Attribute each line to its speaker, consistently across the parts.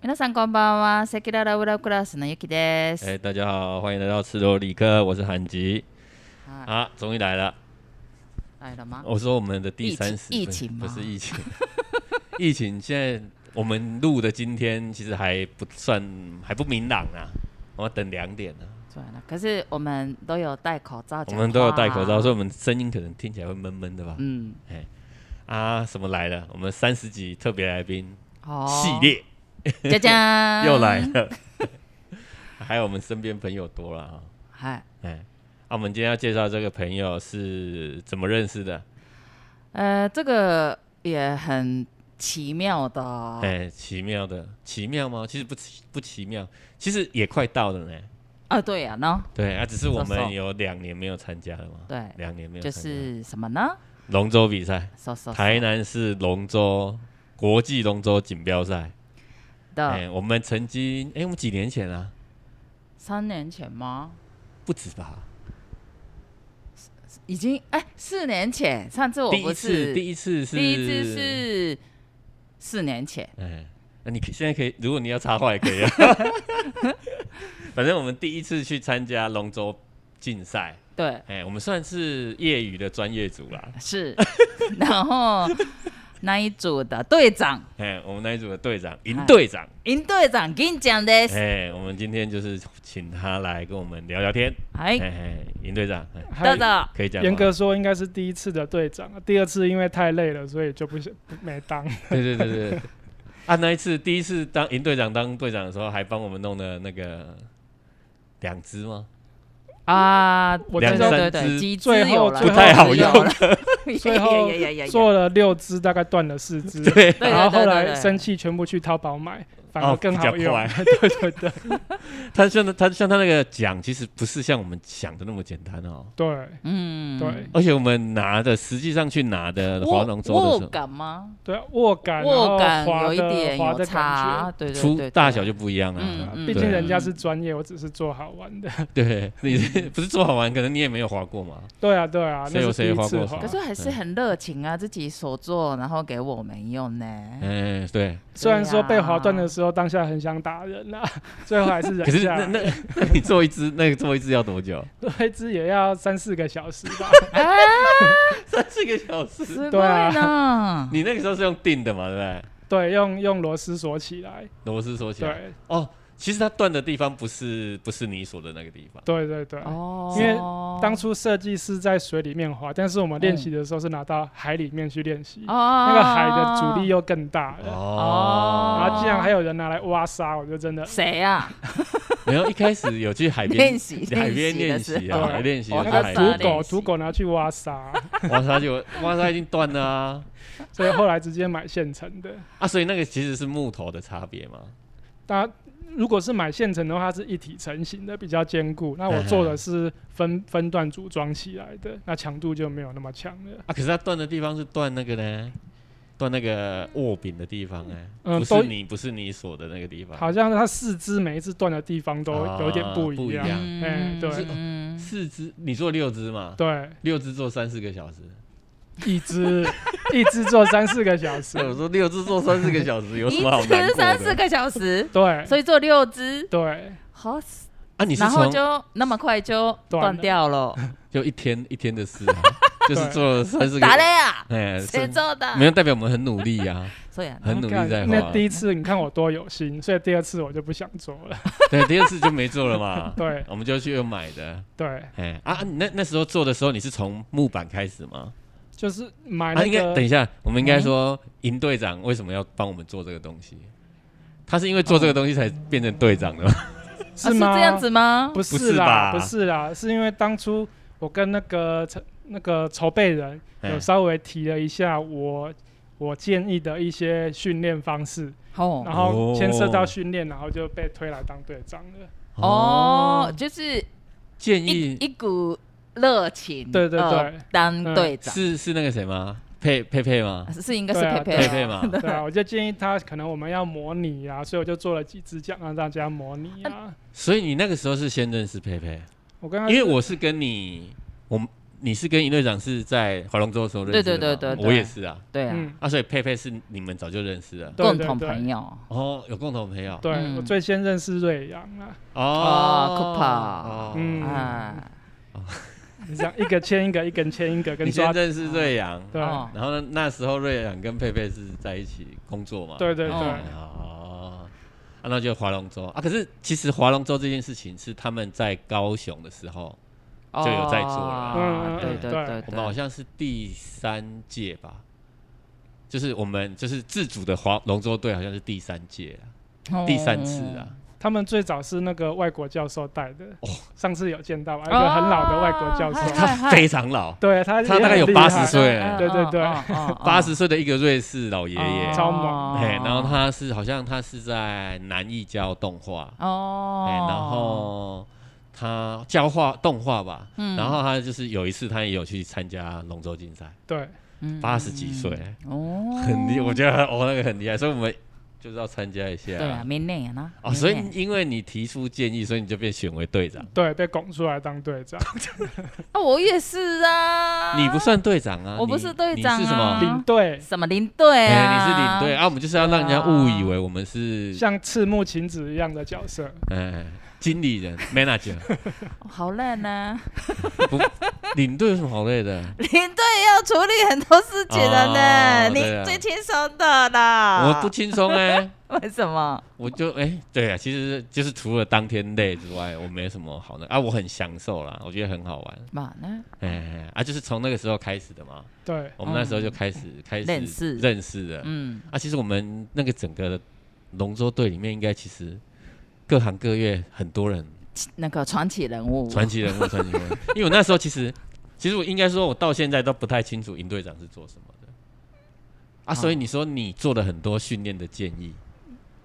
Speaker 1: 皆さんこんばんは、セキララウラクラスのゆきです。
Speaker 2: 哎、大家好，欢迎来到赤裸理科，我是韩吉。
Speaker 1: はい
Speaker 2: 啊，终于来了！
Speaker 1: 来了吗？
Speaker 2: 我说我们的第
Speaker 1: 疫情
Speaker 2: 三十
Speaker 1: 啊疫情吗
Speaker 2: 不是疫情， 疫情现在我们录的今天其实还不算还不明朗啊，我要等两点呢、啊
Speaker 1: 对了，可是我们都有戴口罩、
Speaker 2: 我们都有戴口罩，所以
Speaker 1: 说
Speaker 2: 我们声音可能听起来会闷闷的吧？
Speaker 1: 啊嗯，
Speaker 2: 啊，什么来了？我们三十集特别来宾、
Speaker 1: 哦，
Speaker 2: 系列
Speaker 1: 列，じゃじゃん，
Speaker 2: 又来，了，
Speaker 1: 嗯
Speaker 2: 还有我们身边朋友多了啊。
Speaker 1: はい。
Speaker 2: 哎、啊，我们今天要介绍这个朋友是怎么认识的？
Speaker 1: 呃，这个也很奇妙的哦，
Speaker 2: 哎、奇妙的，奇妙吗？其实不奇不奇妙，其实也快到了呢。
Speaker 1: 啊，对呀，喏，
Speaker 2: 对啊，只是我
Speaker 1: 说说
Speaker 2: 们有两年没有参加了嘛。
Speaker 1: 对
Speaker 2: 两年没有
Speaker 1: 就
Speaker 2: 参加。
Speaker 1: 是哦什么呢？
Speaker 2: 龙舟比赛，
Speaker 1: 说说
Speaker 2: 台南市龙舟国际龙舟锦标赛。哎、
Speaker 1: 的
Speaker 2: 我们曾经，哎、我们几年前啊，
Speaker 1: 三年前吗？
Speaker 2: 不止吧？
Speaker 1: 已经哎，四年前，上次我
Speaker 2: 第
Speaker 1: 不
Speaker 2: 一次，
Speaker 1: 是
Speaker 2: 第一次是，
Speaker 1: 第一次。是四年前，
Speaker 2: 哎、那你可现在可以，如果你要插话也 可以啊。反正我们第一次去参加龙舟竞赛，
Speaker 1: 对，
Speaker 2: 哎、我们算是业余的专业组啦。
Speaker 1: 是， 然后那一组的队长、
Speaker 2: 哎，我们那一组的队长，营
Speaker 1: 嗨
Speaker 2: 队长，
Speaker 1: 银队长跟你讲的，
Speaker 2: 哎，我们今天就是请他来跟我们聊聊天。哎，
Speaker 1: 哎，
Speaker 2: 哎营队长，哎
Speaker 1: 豆
Speaker 3: 嗨
Speaker 1: 豆，
Speaker 2: 可以讲吗
Speaker 3: 严格，说应该是第一次的队长，啊第二次因为太累了，所以就不想不没 当。
Speaker 2: 对对对对。对 啊，那一次第一次当营队长当队长的时候，还帮我们弄了那个两只 吗？
Speaker 1: 啊，
Speaker 3: 我
Speaker 1: 对
Speaker 2: 两
Speaker 3: 知道
Speaker 2: 三
Speaker 1: 对对对，
Speaker 2: 只
Speaker 1: 几只
Speaker 3: 最后
Speaker 1: 有了，
Speaker 3: 最
Speaker 2: 后不太好
Speaker 1: 用
Speaker 2: 用
Speaker 1: 了，
Speaker 3: 最后
Speaker 1: 呀呀呀呀呀
Speaker 3: 做了六只，大概断了四只。
Speaker 2: 对，
Speaker 1: 对
Speaker 3: 然后
Speaker 1: 对
Speaker 3: 后
Speaker 1: 对
Speaker 3: 来
Speaker 1: 对
Speaker 3: 生气，全部去淘宝买，反而
Speaker 2: 哦，
Speaker 3: 更
Speaker 2: 比
Speaker 3: 好
Speaker 2: 较
Speaker 3: 用。
Speaker 2: 快。
Speaker 3: 对对对
Speaker 2: 他像他像他那个奖，其实不是像我们想的那么简单哦。
Speaker 3: 对
Speaker 1: 嗯，
Speaker 3: 对
Speaker 2: 而且我们拿的，实际上去拿的
Speaker 1: 握
Speaker 2: 划龙舟的时
Speaker 1: 握感吗？
Speaker 3: 对，握感然
Speaker 1: 握
Speaker 3: 后
Speaker 1: 感
Speaker 3: 滑
Speaker 1: 有一
Speaker 3: 的
Speaker 1: 点
Speaker 3: 滑
Speaker 1: 有
Speaker 3: 的感
Speaker 1: 差，对
Speaker 2: 候，
Speaker 1: 对
Speaker 2: 出
Speaker 1: 对，
Speaker 2: 大小就不一样了。
Speaker 1: 嗯嗯
Speaker 3: 觉，毕
Speaker 2: 对
Speaker 3: 竟人家是专业，我只是做好玩的。
Speaker 2: 对，你是不是做好玩，可能你也没有划过嘛。
Speaker 3: 对啊对啊，
Speaker 2: 谁
Speaker 3: 那
Speaker 2: 有
Speaker 3: 是
Speaker 2: 谁
Speaker 3: 第一
Speaker 2: 滑
Speaker 3: 次
Speaker 2: 过
Speaker 3: 滑
Speaker 1: 可。是还是很热情啊，自己所做，然后给我们用呢。
Speaker 2: 哎，对，
Speaker 3: 虽然说被滑断
Speaker 1: 对
Speaker 3: 的
Speaker 1: 啊
Speaker 3: 时候，当下很想打人啊， 最后还是
Speaker 2: 可
Speaker 3: 忍
Speaker 2: 是啊
Speaker 3: 下
Speaker 2: 那
Speaker 3: 来。
Speaker 2: 那那你做一只，那个做一只要多久？
Speaker 3: 多一只也要三四个小时 吧。
Speaker 1: 哎，
Speaker 2: 三四个小时。
Speaker 1: 是
Speaker 3: 对啊
Speaker 1: 会呢。
Speaker 2: 你那个时候是用定的嘛，对不对？
Speaker 3: 对，用用螺丝锁起来。
Speaker 2: 螺丝锁起来。
Speaker 3: 对
Speaker 2: 哦，其实它断的地方不是不是你锁的那个地方。
Speaker 3: 对对对，
Speaker 1: 哦，
Speaker 3: 因为当初设计是在水里面滑，但是我们练习的时候是拿到海里面去练习，
Speaker 2: 哦
Speaker 1: 那
Speaker 3: 那个海的阻力又更大了。
Speaker 1: 哦
Speaker 3: 然后竟然还有人拿来挖沙，我就真的
Speaker 1: 谁啊？
Speaker 2: 没有一开始有去海边
Speaker 1: 练习
Speaker 2: 海边练
Speaker 1: 习的
Speaker 2: 习
Speaker 1: 时
Speaker 2: 啊，
Speaker 1: 候
Speaker 2: 海练习
Speaker 1: 哦
Speaker 2: 有去
Speaker 1: 那个
Speaker 2: 海
Speaker 1: 沙
Speaker 3: 土
Speaker 2: 边
Speaker 1: 练
Speaker 3: 狗
Speaker 1: 习
Speaker 3: 土狗拿去 挖沙，
Speaker 2: 挖沙就挖沙已经断了啊
Speaker 3: 所以后来直接买现成的。
Speaker 2: 啊，所以那个其实是木头的差别嘛。
Speaker 3: 大家如果是买现成的话，它是一体成型的，比较坚固。那我做的是
Speaker 2: 嗯
Speaker 3: 分分段组装起来的，那强度就没有那么强了。
Speaker 2: 啊，可是它断的地方是断那个呢，断那个握柄的地方哎，
Speaker 3: 嗯
Speaker 2: 不
Speaker 3: 都
Speaker 2: 是你不是你锁的那个地方。
Speaker 3: 好像它四肢每一次断的地方都
Speaker 2: 嗯啊
Speaker 3: 有点不
Speaker 2: 不
Speaker 3: 一
Speaker 2: 一
Speaker 3: 样。
Speaker 2: 样
Speaker 3: 哎对
Speaker 1: 嗯
Speaker 2: 四只，你做六只嘛？
Speaker 3: 对，
Speaker 2: 六只做三四个小时。
Speaker 3: 一只一只做三四个小时
Speaker 2: 对，，我说六只做三四个小 时有什
Speaker 1: 一
Speaker 2: 么好难
Speaker 1: 次
Speaker 2: 过
Speaker 1: 三四
Speaker 2: 的？
Speaker 1: 个小时，
Speaker 3: 对
Speaker 1: 所以做六只，
Speaker 3: 对
Speaker 1: 好，
Speaker 2: 啊，你是
Speaker 1: 然后
Speaker 2: 从
Speaker 1: 就那么快就断掉了，
Speaker 2: 就一天一天的事 啊，就是做了三四个
Speaker 1: 打，雷啊！
Speaker 2: 哎，
Speaker 1: 谁
Speaker 2: 是
Speaker 1: 做的？
Speaker 2: 没有代表我们很努力 呀，
Speaker 1: 所以啊，
Speaker 2: 很努力在
Speaker 3: 那
Speaker 2: 画。
Speaker 3: 第一次你看我多有心，所以第二次我就不想做了。。
Speaker 2: 对，第二次就没做了嘛
Speaker 3: 对
Speaker 2: 我们就去又买的，
Speaker 3: 对，
Speaker 2: 哎啊，啊你那那时候做的时候，你是从木板开始吗？
Speaker 3: 就是买
Speaker 2: 啊，
Speaker 3: 那
Speaker 2: 应该等
Speaker 3: 个嗯
Speaker 2: 一下，我们应该说营队长为什么要帮我们做这个东西？他是因为做这个东西才变成队长的吗？
Speaker 1: 啊
Speaker 3: 吗？
Speaker 1: 这样子吗？
Speaker 3: 不
Speaker 2: 不是
Speaker 3: 是啦，
Speaker 2: 吧
Speaker 3: 不是啦，是因为当初我跟那个筹那个筹备人有
Speaker 2: 哎
Speaker 3: 稍微提了一下我。我建议的一些训练方式，
Speaker 1: 哦
Speaker 3: 然后牵涉到
Speaker 2: 哦
Speaker 3: 训练，然后就被推来当队长了。
Speaker 1: 哦，，就是
Speaker 2: 哎建
Speaker 1: 一
Speaker 2: 议
Speaker 1: 一股热情，
Speaker 3: 对对对
Speaker 1: 呃当队长
Speaker 2: 是是那个谁吗？佩佩佩吗？
Speaker 1: 是应该是
Speaker 3: 对啊
Speaker 1: 佩
Speaker 3: 对
Speaker 2: 佩
Speaker 3: 啊
Speaker 1: 佩
Speaker 2: 佩
Speaker 1: 啊
Speaker 2: 嘛，
Speaker 3: 对啊，我就建议他，可能我们要模拟啊，所以我就做了几支这样让大家模拟
Speaker 1: 嗯
Speaker 3: 啊。
Speaker 2: 所以你那个时候是先认识佩佩，
Speaker 3: 我跟他
Speaker 2: 因为我是跟你，我你是跟尹队长是在划龙舟的时候认识的
Speaker 1: 对
Speaker 2: 吗，
Speaker 1: 对对对对
Speaker 2: 我也是啊，
Speaker 1: 对啊，
Speaker 3: 嗯，
Speaker 2: 啊，所以佩佩是你们早就认识了，
Speaker 3: 对
Speaker 1: 共
Speaker 3: 对
Speaker 1: 同
Speaker 3: 对
Speaker 1: 朋友，
Speaker 2: 哦，有共同朋友，
Speaker 3: 对、
Speaker 1: 嗯
Speaker 3: 我最先认识瑞阳啊，
Speaker 2: 哦
Speaker 1: 哦
Speaker 3: 嗯
Speaker 1: 啊，
Speaker 3: 是这样一个牵一个，一根牵一个，跟
Speaker 2: 你
Speaker 3: 抓嗯
Speaker 2: 先认识瑞阳，
Speaker 3: 对、
Speaker 1: 哦
Speaker 2: 然后呢，那时候瑞阳跟佩佩是在一起工作嘛，
Speaker 3: 对对对、
Speaker 1: 哦
Speaker 2: 哦，啊，那就划龙舟啊。可是其实划龙舟这件事情是他们在高雄的时候，就有在做了
Speaker 1: 哦
Speaker 3: 嗯嗯
Speaker 1: 对
Speaker 3: 嗯
Speaker 1: 对
Speaker 3: 对
Speaker 1: 对，
Speaker 2: 我们好像是第三届吧，就是我们就是自主的划龙舟队好像是第三届啊、
Speaker 3: 哦
Speaker 1: 像
Speaker 2: 第三次
Speaker 1: 哦
Speaker 2: 啊，
Speaker 3: 他们最早是那个外国教授带的，
Speaker 2: 哦
Speaker 3: 上次有见到吧一个很老的外国教
Speaker 1: 哦
Speaker 3: 授，
Speaker 1: 嗨
Speaker 2: 他
Speaker 1: 嗨
Speaker 2: 非常老，
Speaker 3: 对他
Speaker 2: 他大概有
Speaker 3: 也很厉害啊
Speaker 2: 80岁
Speaker 1: 嗯
Speaker 3: 对对
Speaker 1: 哦
Speaker 3: 对
Speaker 2: 八
Speaker 1: 八
Speaker 2: 十岁的一个瑞士老爷爷，
Speaker 3: 超
Speaker 1: 哦
Speaker 2: 哎，然
Speaker 3: 哦
Speaker 2: 后他是好像他是在南艺教动画，
Speaker 1: 哦，
Speaker 2: 哎，然后他教画动画吧，
Speaker 1: 嗯
Speaker 2: 然后他就是有一次他也有去参加龙舟竞赛，
Speaker 3: 对，
Speaker 1: 嗯
Speaker 2: 八十几岁，
Speaker 1: 哦，
Speaker 2: 很厉，我觉得哦那个很厉害，所以我们就是要参加一下。
Speaker 1: 对啊，明年啊，
Speaker 2: 哦，所以因为你提出建议，所以你就被选为队长。
Speaker 3: 对，被拱出来当队长，
Speaker 1: 啊，我也是啊，
Speaker 2: 你不算队长啊，
Speaker 1: 我不
Speaker 2: 你
Speaker 1: 是队长啊
Speaker 2: 你是什么？
Speaker 3: 领队，
Speaker 1: 什么领队
Speaker 2: 哎、
Speaker 1: 啊，
Speaker 2: 你是领队，啊，我们就是要让人家
Speaker 1: 对啊
Speaker 2: 误以为我们是
Speaker 3: 像赤木晴子一样的角色，
Speaker 2: 哎经理人 manager，
Speaker 1: 哦好累呢，
Speaker 2: 不，领队有什么好累的？
Speaker 1: 领队要处理很多事情的呢，
Speaker 2: 哦
Speaker 1: 你
Speaker 2: 对啊
Speaker 1: 最轻松的啦，
Speaker 2: 我不轻松哎，
Speaker 1: 为什么？
Speaker 2: 我就哎、对啊，其实就是除了当天累之外，我没什么好的啊，我很享受啦，我觉得很好玩，
Speaker 1: 嘛呢？
Speaker 2: 哎、啊，就是从那个时候开始的嘛，
Speaker 3: 对，
Speaker 2: 我们那时候就开始、开始
Speaker 1: 哦认识
Speaker 2: 认识的，
Speaker 1: 嗯，
Speaker 2: 啊，其实我们那个整个龙舟队里面，应该其实各行各业很多人，
Speaker 1: 那个传奇人物，
Speaker 2: 传奇人物，传奇人物。因为我那时候其实，其实我应该说，我到现在都不太清楚营队长是做什么的。啊，所以你说你做了很多训练的建议，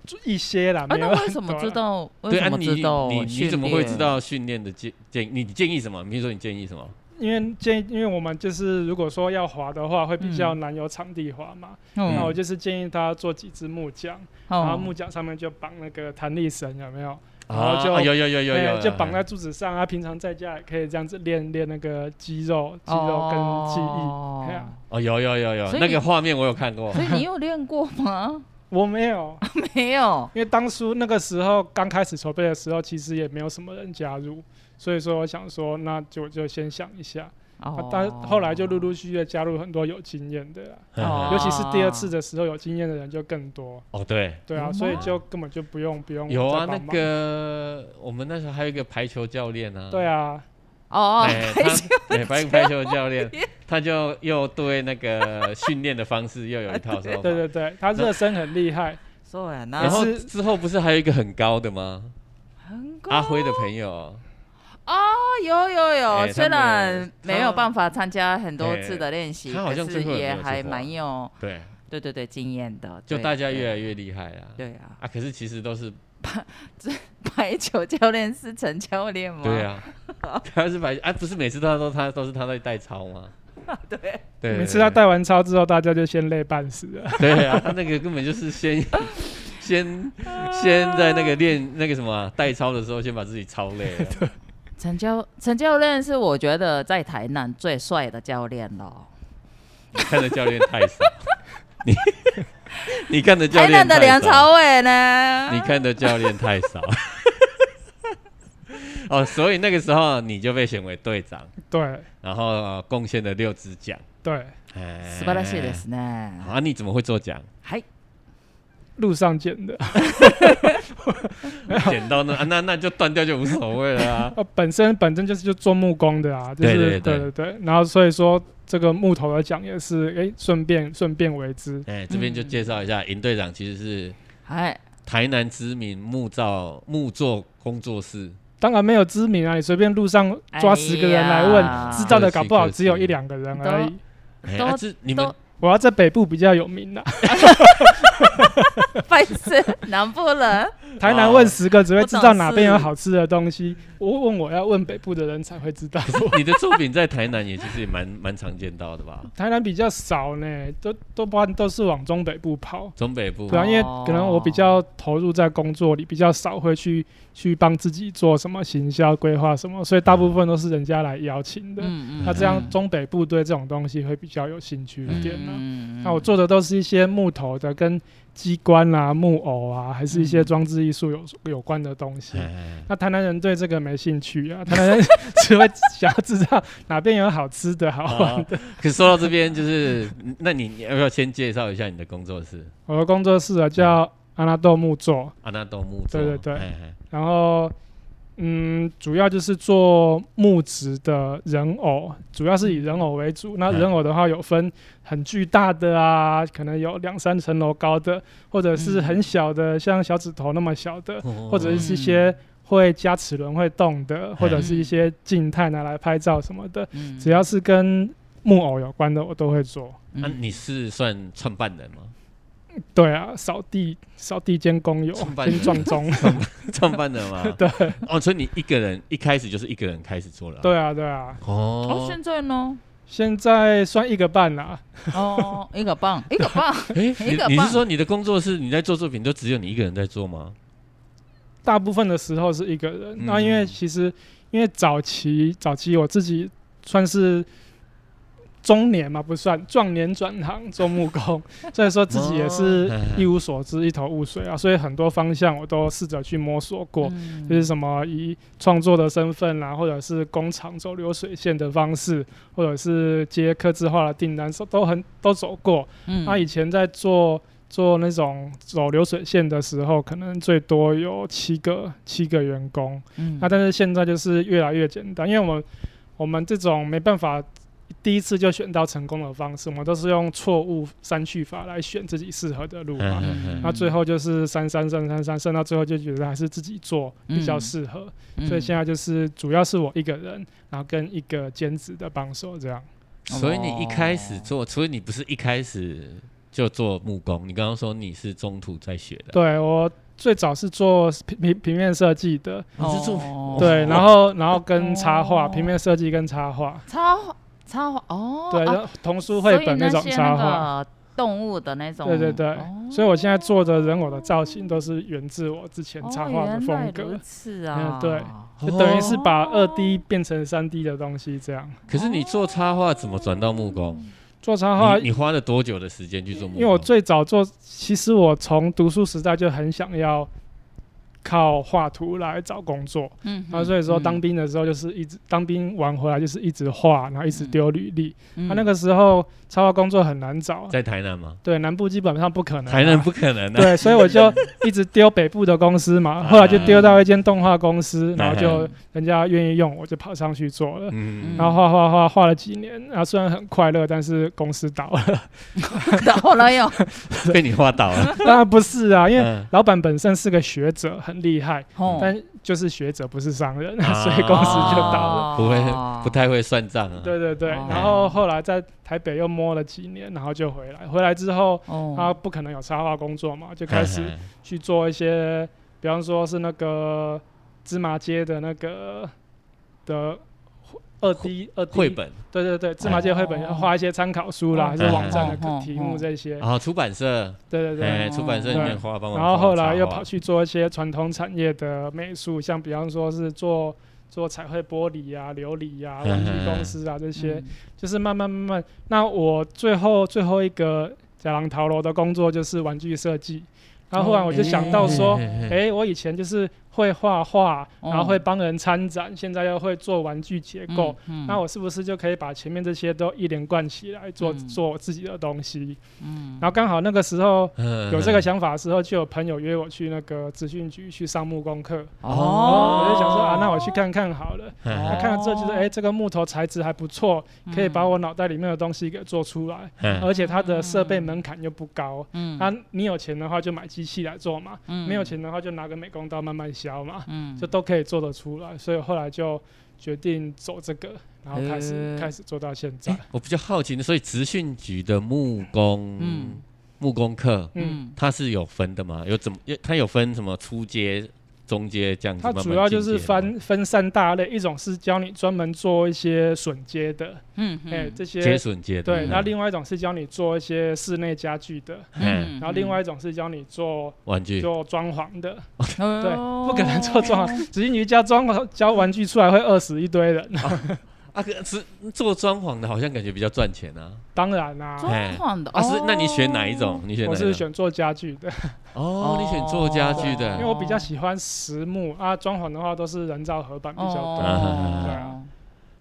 Speaker 3: 就一些啦，
Speaker 1: 啊，
Speaker 3: 没有
Speaker 1: 那为什么
Speaker 3: 很多
Speaker 1: 知
Speaker 3: 啦？
Speaker 1: 道？为
Speaker 2: 对啊
Speaker 1: 什么
Speaker 2: 你，
Speaker 1: 知道？
Speaker 2: 你你怎么会知
Speaker 1: 训练？
Speaker 2: 道训练的建建议？你建议什么？比如说你建议什么？
Speaker 3: 因为建议，因为我们就是如果说要滑的话，会比较难有场地滑嘛。
Speaker 1: 嗯
Speaker 3: 那我就是建议他做几只木桨，然后
Speaker 1: 哦
Speaker 3: 木桨上面就绑那个弹力绳，有没有？然后
Speaker 2: 啊，
Speaker 3: 就
Speaker 2: 啊有有有有
Speaker 3: 对
Speaker 2: 有，
Speaker 3: 就绑在柱子上啊。平常在家也可以这样子练练那个肌肉、肌肉跟记忆。
Speaker 1: 哦
Speaker 3: 对啊
Speaker 2: 哦，有有有有
Speaker 1: 所以
Speaker 2: 那
Speaker 1: 你
Speaker 2: 个画面我有看过，
Speaker 1: 所以你有练过吗？
Speaker 3: 我没有，
Speaker 1: 没 有。
Speaker 3: 因为当初那个时候刚开始筹备的时候，其实也没有什么人加入，所以说我想说，那就就先想一下。啊
Speaker 1: 哦，
Speaker 3: 但后来就陆陆续续的加入很多有经验的啊 啦，
Speaker 1: 哦
Speaker 2: 啊
Speaker 3: 尤其是第二次的时候，有经验的人就更多。
Speaker 2: 哦对，
Speaker 3: 对
Speaker 1: 有
Speaker 3: 啊，
Speaker 1: 吗
Speaker 3: 所以就根本就不用不用
Speaker 2: 有啊那
Speaker 3: 再，帮忙
Speaker 2: 个我们那时候还有一个排球教练啊，
Speaker 3: 对啊，
Speaker 1: 哦，
Speaker 2: 哎
Speaker 1: 开
Speaker 2: 他
Speaker 1: 心
Speaker 2: 对，排排球教练，他就又对那个训练的方式又有一套说法。
Speaker 3: 对对对，他热身很厉害，
Speaker 1: 说呀，
Speaker 2: 然
Speaker 1: 那
Speaker 2: 后
Speaker 3: 也是
Speaker 2: 之后不是还有一个很高的吗？
Speaker 1: 很高
Speaker 2: 阿辉的朋友，
Speaker 1: 哦，有有
Speaker 2: 哎他
Speaker 1: 有，
Speaker 2: 们
Speaker 1: 虽然没有
Speaker 2: 他
Speaker 1: 办法参加很多次的练习，
Speaker 2: 哎他好像
Speaker 1: 可
Speaker 2: 最
Speaker 1: 是
Speaker 2: 后有没有
Speaker 1: 也
Speaker 2: 做
Speaker 1: 还
Speaker 2: 过啊
Speaker 1: 蛮有，
Speaker 2: 对，
Speaker 1: 对对对，经验的。
Speaker 2: 就
Speaker 1: 对
Speaker 2: 大家越来
Speaker 1: 对
Speaker 2: 越厉害啦。
Speaker 1: 对啊，
Speaker 2: 啊，可是其实都是
Speaker 1: 排球教练是陈教练吗？
Speaker 2: 对，啊，他是排啊，不是每次他都他都是他在带操吗？
Speaker 1: 对，
Speaker 2: 对，
Speaker 3: 每次他带完操之后，大家就先累半死了。
Speaker 2: 对，对啊，他那个根本就是先 先先在那个练那个什么啊带操的时候，先把自己操累 了。
Speaker 1: 陈教陈教练是我觉得在台南最帅的教练了。
Speaker 2: 你看的教练太少， 你你看的教
Speaker 1: 台南
Speaker 2: 练
Speaker 1: 的
Speaker 2: 太
Speaker 1: 梁
Speaker 2: 少，
Speaker 1: 朝伟呢？
Speaker 2: 你看的教练太少。 哦，所以那个时候你就被选为队长，
Speaker 3: 对
Speaker 2: 然后、呃贡献了六支奖。
Speaker 3: 对，
Speaker 2: 哎
Speaker 1: 素晴らしいですね。
Speaker 2: 啊！你怎么会做奖？
Speaker 1: はい。
Speaker 3: 路上捡的，
Speaker 2: 剪刀呢？啊，那那就断掉就无所谓了啊。
Speaker 3: 呃，本身本身就是就做木工的啊，就是
Speaker 2: 对对对
Speaker 3: 对然后所以说这个木头的奖也是，哎，顺便顺便为之，
Speaker 2: 哎，这边就介绍一下，尹队长其实是
Speaker 1: はい。
Speaker 2: 台南知名木造木作工作室，
Speaker 3: 当然没有知名啊，你随便路上抓十个人来问，
Speaker 1: 哎呀
Speaker 3: 知道的搞不好
Speaker 2: 客气
Speaker 3: 只有一两个人
Speaker 1: 客气
Speaker 3: 而已。
Speaker 2: 哎，
Speaker 1: 都
Speaker 2: 啊这你们
Speaker 1: 都
Speaker 3: 我啊要在北部比较有名啦，
Speaker 1: 不好意思，南部人。
Speaker 3: 台南问十个只
Speaker 1: 哦
Speaker 3: 会知道哪边有好吃的东西，我问我要问北部的人才 会知道。
Speaker 2: 你的作品在台南也其实也蛮蛮常见到的吧？
Speaker 3: 台南比较少呢，都都不然都是往中北部跑。
Speaker 1: 哦
Speaker 2: 中北部
Speaker 3: 对啊，因为可能我比较投入在工作里，比较少会去去帮自己做什么行销规划什么，所以大部分都是人家来邀请的。
Speaker 1: 嗯嗯，
Speaker 3: 那这样
Speaker 1: 嗯
Speaker 3: 中北部对这种东西会比较有兴趣一点呢、啊
Speaker 1: 嗯嗯
Speaker 3: 那我做的都是一些木头的，跟机关啊、木偶啊，还是一
Speaker 1: 嗯
Speaker 3: 些装置艺术有有关的东西。
Speaker 2: 哎
Speaker 3: 那台南人对这个没兴趣啊， 台南人只会想要知道哪边有好吃的好
Speaker 1: 啊
Speaker 3: 玩
Speaker 2: 好，啊可是说到这边，就是那你你要不要先介绍一下你的工作室
Speaker 3: 我的工作室啊叫阿拉豆木作，
Speaker 2: 阿纳豆木作？
Speaker 3: 对对对
Speaker 2: 哎 哎
Speaker 3: 然后嗯，主要就是做木质的人偶，主要是以人偶为主。那
Speaker 1: 哎
Speaker 2: 嗯
Speaker 3: 人偶的话有分很巨大的啊，可能有两三层楼高的，或者是
Speaker 1: 嗯
Speaker 3: 很小的，像小指头那么小的，或者
Speaker 2: 哦
Speaker 3: 是一
Speaker 1: 嗯
Speaker 3: 些会加齿轮会动的，或者是一
Speaker 1: 嗯
Speaker 3: 些静态拿来拍照什么的，
Speaker 1: 嗯
Speaker 3: 只要是跟木偶有关的，我都会做。
Speaker 2: 那、
Speaker 1: 嗯
Speaker 2: 哦啊你是算创办人 吗？
Speaker 3: 对啊，扫地扫地兼工友
Speaker 2: 上班
Speaker 3: 兼撞钟，
Speaker 2: 创办人 吗？
Speaker 3: 对
Speaker 2: 哦，所以你一个人一开始就是一个人开始做了、，
Speaker 3: 对啊对啊，
Speaker 1: 哦，
Speaker 2: 哦，
Speaker 1: 现在呢？
Speaker 3: 现在算一个半啦、
Speaker 1: 哦，一个棒， 一个棒，
Speaker 2: 哎、
Speaker 1: 一个
Speaker 2: 你你
Speaker 1: 棒
Speaker 2: 是说你的工作室你在做作品都只有你一个人在做吗？
Speaker 3: 大部分的时候是一个人。那因为
Speaker 2: 嗯
Speaker 3: 其实因为早期早期我自己算是中年嘛，不算壮年转行做木工，所以说自己也是
Speaker 2: 哦
Speaker 3: 一无所知、一头雾水啊，所以很多方向我都试着去摸索过。
Speaker 1: 嗯
Speaker 3: 就是什么以创作的身份啦、或者是工厂走流水线的方式，或者是接客制化的订单，都都很都走过。
Speaker 1: 嗯
Speaker 3: 那以前在做做那种走流水线的时候，可能最多有七个七个员工。
Speaker 1: 嗯
Speaker 3: 那但是现在就是越来越简单，因为我们我们这种没办法第一次就选到成功的方式，我们都是用错误删去法来选自己适合的路嘛。
Speaker 1: 嗯
Speaker 3: 那最后就是三三三三三，剩到最后就觉得还是自己做比较适合，
Speaker 1: 嗯
Speaker 3: 所以现在就是主要是我一个人，然后跟一个兼职的帮手这样。哦
Speaker 2: 所以你一开始做，所以你不是一开始就做木工？你刚刚说你是中途在学的，
Speaker 3: 对我最早是做平平平面设计的，
Speaker 2: 你是做、
Speaker 1: 哦
Speaker 3: 对，然后然后跟插画、
Speaker 1: 哦
Speaker 3: 平面设计跟插画，
Speaker 1: 插画插画哦，
Speaker 3: 对，
Speaker 1: 啊
Speaker 3: 然后童书绘本那种
Speaker 1: 所
Speaker 3: 插画。，
Speaker 1: 以那些那个动物的那种，
Speaker 3: 对对对
Speaker 1: 哦，
Speaker 3: 所以我现在做的人偶的造型都是源自我之
Speaker 1: 네,
Speaker 3: 前插画的
Speaker 1: 哦原
Speaker 3: 风
Speaker 1: 来如哦
Speaker 3: 格，
Speaker 1: 此啊，
Speaker 3: 嗯对
Speaker 2: 哦
Speaker 3: 就等于是把二 D 变成三 D 的东西这样。
Speaker 2: 可是你做插画怎么转到木工？
Speaker 3: 做插画
Speaker 2: 你你花了多久的时间去做木工？
Speaker 3: 哦
Speaker 1: 嗯
Speaker 3: 因为我最早做，其实我从读书时代就很想要靠画图来找工作，
Speaker 1: 嗯，
Speaker 3: 然后所以说当
Speaker 1: 嗯
Speaker 3: 兵的时候就是一直、当兵完回来就是一直画，然后一直
Speaker 1: 嗯
Speaker 3: 丢履历。他、
Speaker 1: 嗯
Speaker 3: 那个时候插画工作很难找，
Speaker 2: 在台南吗？
Speaker 3: 对南部基本上不可能、
Speaker 2: 台南。不可能啊！
Speaker 3: 对，所以我就一直丢北部的公 司嘛，
Speaker 2: 啊
Speaker 3: 后来就丢到一间动画公司，然后就
Speaker 1: 嗯
Speaker 3: 人家愿意用，我就跑上去做了。
Speaker 2: 嗯
Speaker 3: 然后画画画画了几年，然后虽然很快乐，但是公司倒了。
Speaker 1: 然后呢又
Speaker 2: 被你画倒 了，
Speaker 3: 当然不是啊，因为
Speaker 2: 嗯
Speaker 3: 老板本身是个学者，很厉害，
Speaker 1: 哦
Speaker 3: 但就是学者不是商人，
Speaker 2: 啊
Speaker 3: 所以公司就倒
Speaker 1: 哦
Speaker 3: 了。
Speaker 2: 不会不太会算账啊。
Speaker 3: 对对对，
Speaker 1: 哦
Speaker 3: 然后后来在台北又摸了几年，然后就回来。回来之后，他
Speaker 1: 哦，
Speaker 3: 不可能有插画工作嘛，就
Speaker 2: 嗯，
Speaker 3: 开始
Speaker 2: 嗯
Speaker 3: 去做一些，比方说是那个芝麻街的那个的二 D 二 D
Speaker 2: 绘，本，
Speaker 3: 对对对，芝麻街绘本要画一些参考书啦，
Speaker 1: 哦
Speaker 3: 还是网站
Speaker 1: 哦
Speaker 3: 的
Speaker 1: 哦
Speaker 3: 题
Speaker 1: 哦
Speaker 3: 目这些，
Speaker 2: 然后出版社，
Speaker 3: 对对对。
Speaker 2: 哎，出版社里面哦花帮我。
Speaker 3: 然后后来又跑去做一些传统产业的美术，像比方说是做做彩绘玻璃啊、琉璃啊、
Speaker 2: 嗯
Speaker 3: 玩具公司啊这些，
Speaker 1: 嗯
Speaker 3: 就是慢慢慢慢。那我最后最后一个假郎陶楼的工作就是玩具设计，然后后来我就想到说，
Speaker 2: 嘿，嘿嘿
Speaker 3: 诶，我以前就是会画画，
Speaker 1: 哦
Speaker 3: 然后会帮人参展，现在又会做玩具结构。，
Speaker 1: 嗯
Speaker 3: 那我是不是就可以把前面这些都一连贯起来做、
Speaker 1: 嗯
Speaker 3: 做我自己的东西？
Speaker 1: 嗯
Speaker 3: 然后刚好那个时候
Speaker 2: 嗯
Speaker 3: 有这个想法的时候，就有朋友约我去那个资讯局去上木工课，
Speaker 1: 哦，
Speaker 3: 我就想说啊，那我去看看好了。
Speaker 2: 嗯
Speaker 3: 那
Speaker 2: 嗯
Speaker 3: 看了之后就是，哎、这个木头材质还不错，可
Speaker 1: 그
Speaker 3: 以把我脑袋里面的东西给做出来，
Speaker 2: 嗯
Speaker 3: 而且它的设备门槛又不高。
Speaker 1: 嗯
Speaker 3: 啊，你有钱的话就买机器来做嘛，
Speaker 1: 嗯
Speaker 3: 没有钱的话就拿个美工刀慢慢削嘛，
Speaker 1: 嗯
Speaker 3: 这都可以做得出来。所以后来就决定走这个，然后开始、
Speaker 1: 诶
Speaker 3: 开始做到现在。
Speaker 2: 我比较好奇，所以职训局的木工，
Speaker 1: 嗯
Speaker 2: 木工课
Speaker 3: 嗯，
Speaker 1: 嗯，
Speaker 2: 它是有分的吗？有怎么？有它有分什么初阶、中阶这样子
Speaker 3: 它
Speaker 2: 慢慢
Speaker 3: 主要就是
Speaker 2: 进阶的吗
Speaker 3: 分分三大类，一种是教你专门做一些榫接的，
Speaker 1: 嗯嗯，
Speaker 3: 哎，这些
Speaker 2: 接榫接的。
Speaker 3: 对，
Speaker 2: 嗯
Speaker 3: 然后另外一种是教你做一些室内家具的，
Speaker 2: 嗯
Speaker 1: 嗯，
Speaker 3: 然后另外一种是教你做
Speaker 2: 玩具
Speaker 3: 做装潢的，
Speaker 1: 哦
Speaker 3: 对
Speaker 1: 对
Speaker 3: 不可能 做装潢，只是你家装潢教玩具出来会饿死一堆人。
Speaker 2: 啊，可是做装潢的好像感觉比较赚钱啊。
Speaker 3: 当然啦、
Speaker 1: 装潢的
Speaker 2: 啊，是那你选哪一种？？你选哪
Speaker 3: 我
Speaker 2: 一
Speaker 3: 是
Speaker 2: 种？
Speaker 3: 选做家具的，
Speaker 2: 哦，你选做家具
Speaker 3: 因
Speaker 2: 的
Speaker 3: 为。我比较喜欢实木啊，装潢的话都是人造合哦板比较多。
Speaker 2: 嗯
Speaker 1: 哦
Speaker 3: 对啊，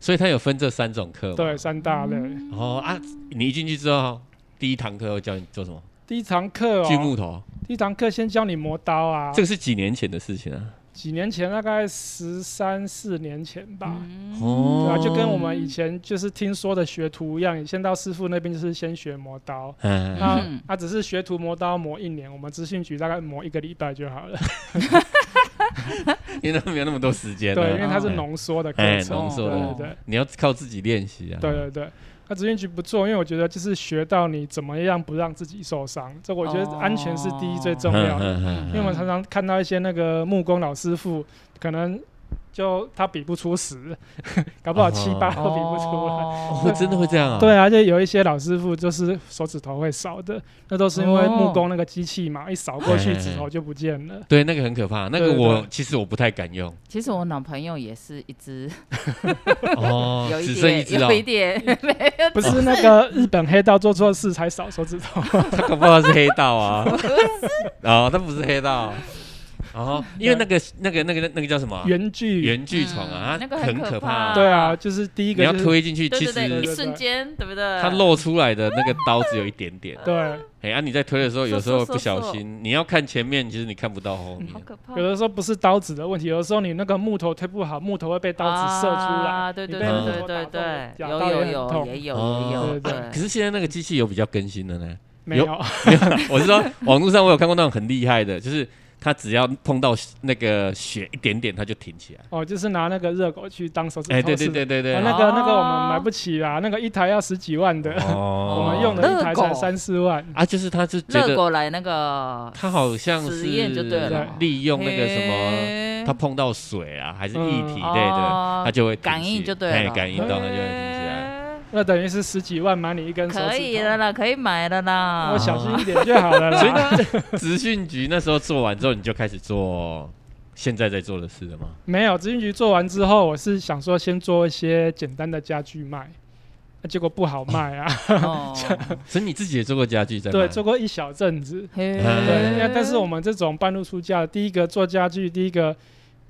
Speaker 2: 所以它有分这三种课嘛。
Speaker 3: 对，三大类。
Speaker 1: 嗯
Speaker 2: 哦啊，你一进去之后，第一堂课会教你做什么？
Speaker 3: 第一堂课
Speaker 2: 锯
Speaker 3: 哦，
Speaker 2: 木头。
Speaker 3: 第一堂课先教你磨刀啊，
Speaker 2: 这个是几年前的事情啊。
Speaker 3: 几年前大概十三四年前吧。
Speaker 1: 嗯
Speaker 3: 对
Speaker 2: 哦
Speaker 3: 啊，就跟我们以前就是听说的学徒一样，你先到师傅那边就是先学磨刀，
Speaker 2: 嗯，
Speaker 3: 那
Speaker 1: 嗯
Speaker 3: 啊只是学徒磨刀磨一年，我们资讯局大概磨一个礼拜就好了。
Speaker 2: 因为它没有那么多时间啊。
Speaker 3: 对，因为它是
Speaker 2: 嗯
Speaker 3: 浓缩的课
Speaker 2: 哎
Speaker 3: 程，
Speaker 2: 浓缩
Speaker 3: 对
Speaker 2: 的
Speaker 3: 对对。
Speaker 2: 你要靠自己练习啊。
Speaker 3: 对对对，那职训局不错，因为我觉得就是学到你怎么样不让自己受伤，这我觉得安全是第一最重
Speaker 2: 嗯
Speaker 3: 要的。因为我们常常看到一些那个木工老师傅，可能就他比不出十， 搞不好七八都比啊不出来。
Speaker 1: 哦
Speaker 2: 会真的会这哦样啊？
Speaker 3: 对啊，就有一些老师傅就是手指头会少的，那都是因为
Speaker 1: 哦
Speaker 3: 木工那个机器嘛，一扫过去指头就不见了。
Speaker 2: 对，那个很可怕，那个
Speaker 3: 对对
Speaker 2: 我
Speaker 3: 对
Speaker 2: 其实我不太敢 用
Speaker 1: 其实我男朋友也是一只，
Speaker 2: 哦
Speaker 1: 有一
Speaker 2: 只剩一
Speaker 1: 点，
Speaker 2: 只哦
Speaker 1: 有，一 点，
Speaker 3: 不是那个日本黑道做错事才少手指头，
Speaker 2: 他搞不好是黑 道啊，哦，他不是黑道，哦，因为那个那个那个那个叫什么啊
Speaker 3: 原句。
Speaker 2: 原剧床
Speaker 1: 嗯
Speaker 2: 啊，
Speaker 1: 那
Speaker 2: 它
Speaker 1: 个很
Speaker 2: 可
Speaker 1: 可
Speaker 2: 怕，
Speaker 1: 怕
Speaker 3: 对啊，就是第一
Speaker 2: 你
Speaker 3: 个
Speaker 2: 要
Speaker 3: 就是
Speaker 2: 推进去，
Speaker 1: 对
Speaker 2: 其
Speaker 1: 对对，
Speaker 2: 实
Speaker 1: 一瞬间，对不对？
Speaker 2: 它露出来的那个刀只有一点点，
Speaker 3: 对，
Speaker 2: 哎，啊，你在推的时候，有时候不小
Speaker 1: 嗖嗖
Speaker 2: 心，你要看前面，其实你看不到后面
Speaker 1: 好，可怕，
Speaker 3: 有的时候不是刀子的问题，有的时候你那个木头推不好，木头会被刀子射出来。
Speaker 1: 啊对
Speaker 3: 你
Speaker 1: 对
Speaker 3: 被
Speaker 2: 木
Speaker 1: 对
Speaker 3: 头
Speaker 1: 对对
Speaker 3: 打
Speaker 1: 对，有
Speaker 3: 到脚
Speaker 1: 有
Speaker 3: 也很
Speaker 1: 有
Speaker 3: 痛
Speaker 1: 也有也
Speaker 2: 哦
Speaker 1: 有，
Speaker 3: 对
Speaker 1: 对
Speaker 3: 对，
Speaker 2: 可是现在那个机器有比较更新的呢，
Speaker 3: 没有，
Speaker 2: 我是说，网络上我有看过那种很厉害的，就是他只要碰到那个血一点点，他就挺起来。
Speaker 3: 哦，就是拿那个热狗去当手指头。
Speaker 2: 哎、对对对对
Speaker 3: 是
Speaker 2: 对
Speaker 3: 吧，啊
Speaker 1: 哦
Speaker 3: 那个那个我们买不起啦，那个一台要十几万的，
Speaker 2: 哦
Speaker 3: 我们用的一台
Speaker 1: 热
Speaker 3: 才
Speaker 1: 狗
Speaker 3: 三四万。
Speaker 1: 哦
Speaker 2: 啊，就是他是觉
Speaker 1: 热
Speaker 2: 得
Speaker 1: 狗来那个
Speaker 2: 他好像是
Speaker 1: 实验就对
Speaker 3: 了
Speaker 2: 利用那个什么，
Speaker 1: 么
Speaker 2: 他碰到水啊还是
Speaker 3: 嗯
Speaker 2: 液体类的，他就会挺起
Speaker 1: 哦感应就对
Speaker 2: 哎
Speaker 1: 了，
Speaker 2: 感应到他就会挺起来。
Speaker 3: 那等于是十几万买你一根
Speaker 2: 啊
Speaker 3: 手指头。
Speaker 1: 可以了啦，可以买了啦
Speaker 3: 我。小心一点就好了啦。
Speaker 2: 所以呢，资讯局那时候做完之后，你就开始做现在在做的事了吗？
Speaker 3: 没有，咨询局做完之后，我是想说先做一些简单的家具卖，那结果不好卖啊。
Speaker 1: 哦
Speaker 2: 所以你自己也做过家具在吗？
Speaker 3: 对，做过一小阵子，
Speaker 1: 嘿嗯
Speaker 3: 对，那但是我们这种半路出家的，第一个做家具，第一个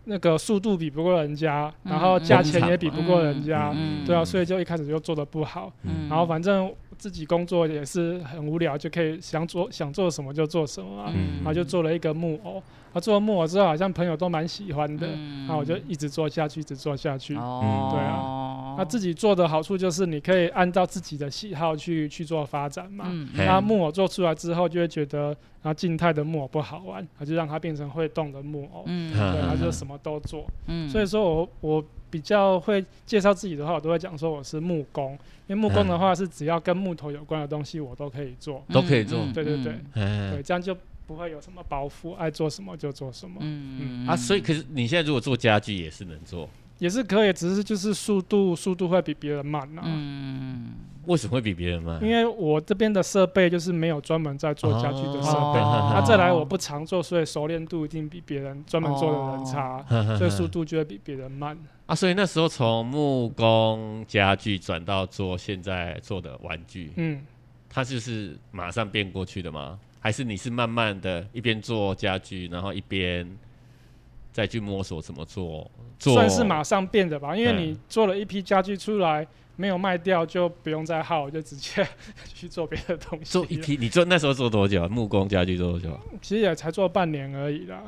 Speaker 3: 那个速度比不过人家，
Speaker 1: 嗯
Speaker 3: 然后价钱也比不过人家，
Speaker 1: 嗯嗯
Speaker 3: 对啊，所以就一开始就做的不好。
Speaker 1: 嗯
Speaker 3: 然后反正自己工作也是很无聊，就可以想做想做什么就做什么、啊，
Speaker 2: 嗯
Speaker 3: 然后就做了一个木偶。啊，做了木偶之后，好像朋友都蛮喜欢的，
Speaker 1: 嗯
Speaker 3: 然后我就一直做下去，一直做下去。
Speaker 1: 哦，
Speaker 2: 对
Speaker 1: 啊
Speaker 3: 那自己做的好处就是你可以按照自己的喜好去去做发展嘛。
Speaker 1: 嗯
Speaker 2: 嘿
Speaker 3: 那木偶做出来之后，就会觉得啊，静态的木偶不好玩，他就让它变成会动的木偶，
Speaker 1: 嗯
Speaker 2: 嗯
Speaker 3: 对，
Speaker 2: 嗯
Speaker 3: 他就
Speaker 2: 嗯
Speaker 3: 什么都做。
Speaker 1: 嗯，
Speaker 3: 所以说我我比较会介绍自己的话，我都会讲说我是木工，因为木
Speaker 2: 嗯
Speaker 3: 工的话是只要跟木头有关的东西我都可以做，
Speaker 2: 都可以做
Speaker 1: 嗯
Speaker 3: 对对对，
Speaker 2: 哎
Speaker 3: 对，这样就不会有什么包袱，爱做什么就做什么，
Speaker 1: 嗯
Speaker 2: 啊，所以可是你现在如果做家具也是能做，
Speaker 3: 也是可以，只是就是速度速度会比别人慢啊。
Speaker 1: 嗯
Speaker 2: 为什么会比别人慢？
Speaker 3: 因为我这边的设备就是没有专门在做家具的设 备，
Speaker 2: 哦
Speaker 3: 那、再来我不常做，所以熟练度一定比别人专门做的人
Speaker 2: 哦
Speaker 3: 差，啊所以速度就会比别人慢。
Speaker 2: 啊，所以那时候从木工家具转到做现在做的玩具，
Speaker 3: 嗯，
Speaker 2: 它就是马上变过去的吗？还是你是慢慢的一边做家具，然后一边再去摸索怎么做？做
Speaker 3: 算是马上变的吧，因为
Speaker 2: 嗯
Speaker 3: 你做了一批家具出来。没有卖掉就不用再耗，就直接 去做别的东西
Speaker 2: 做
Speaker 3: 了。
Speaker 2: 一批，你做那时候做多久啊？木工家具做多久啊？
Speaker 3: 其实也才做半年而已啦。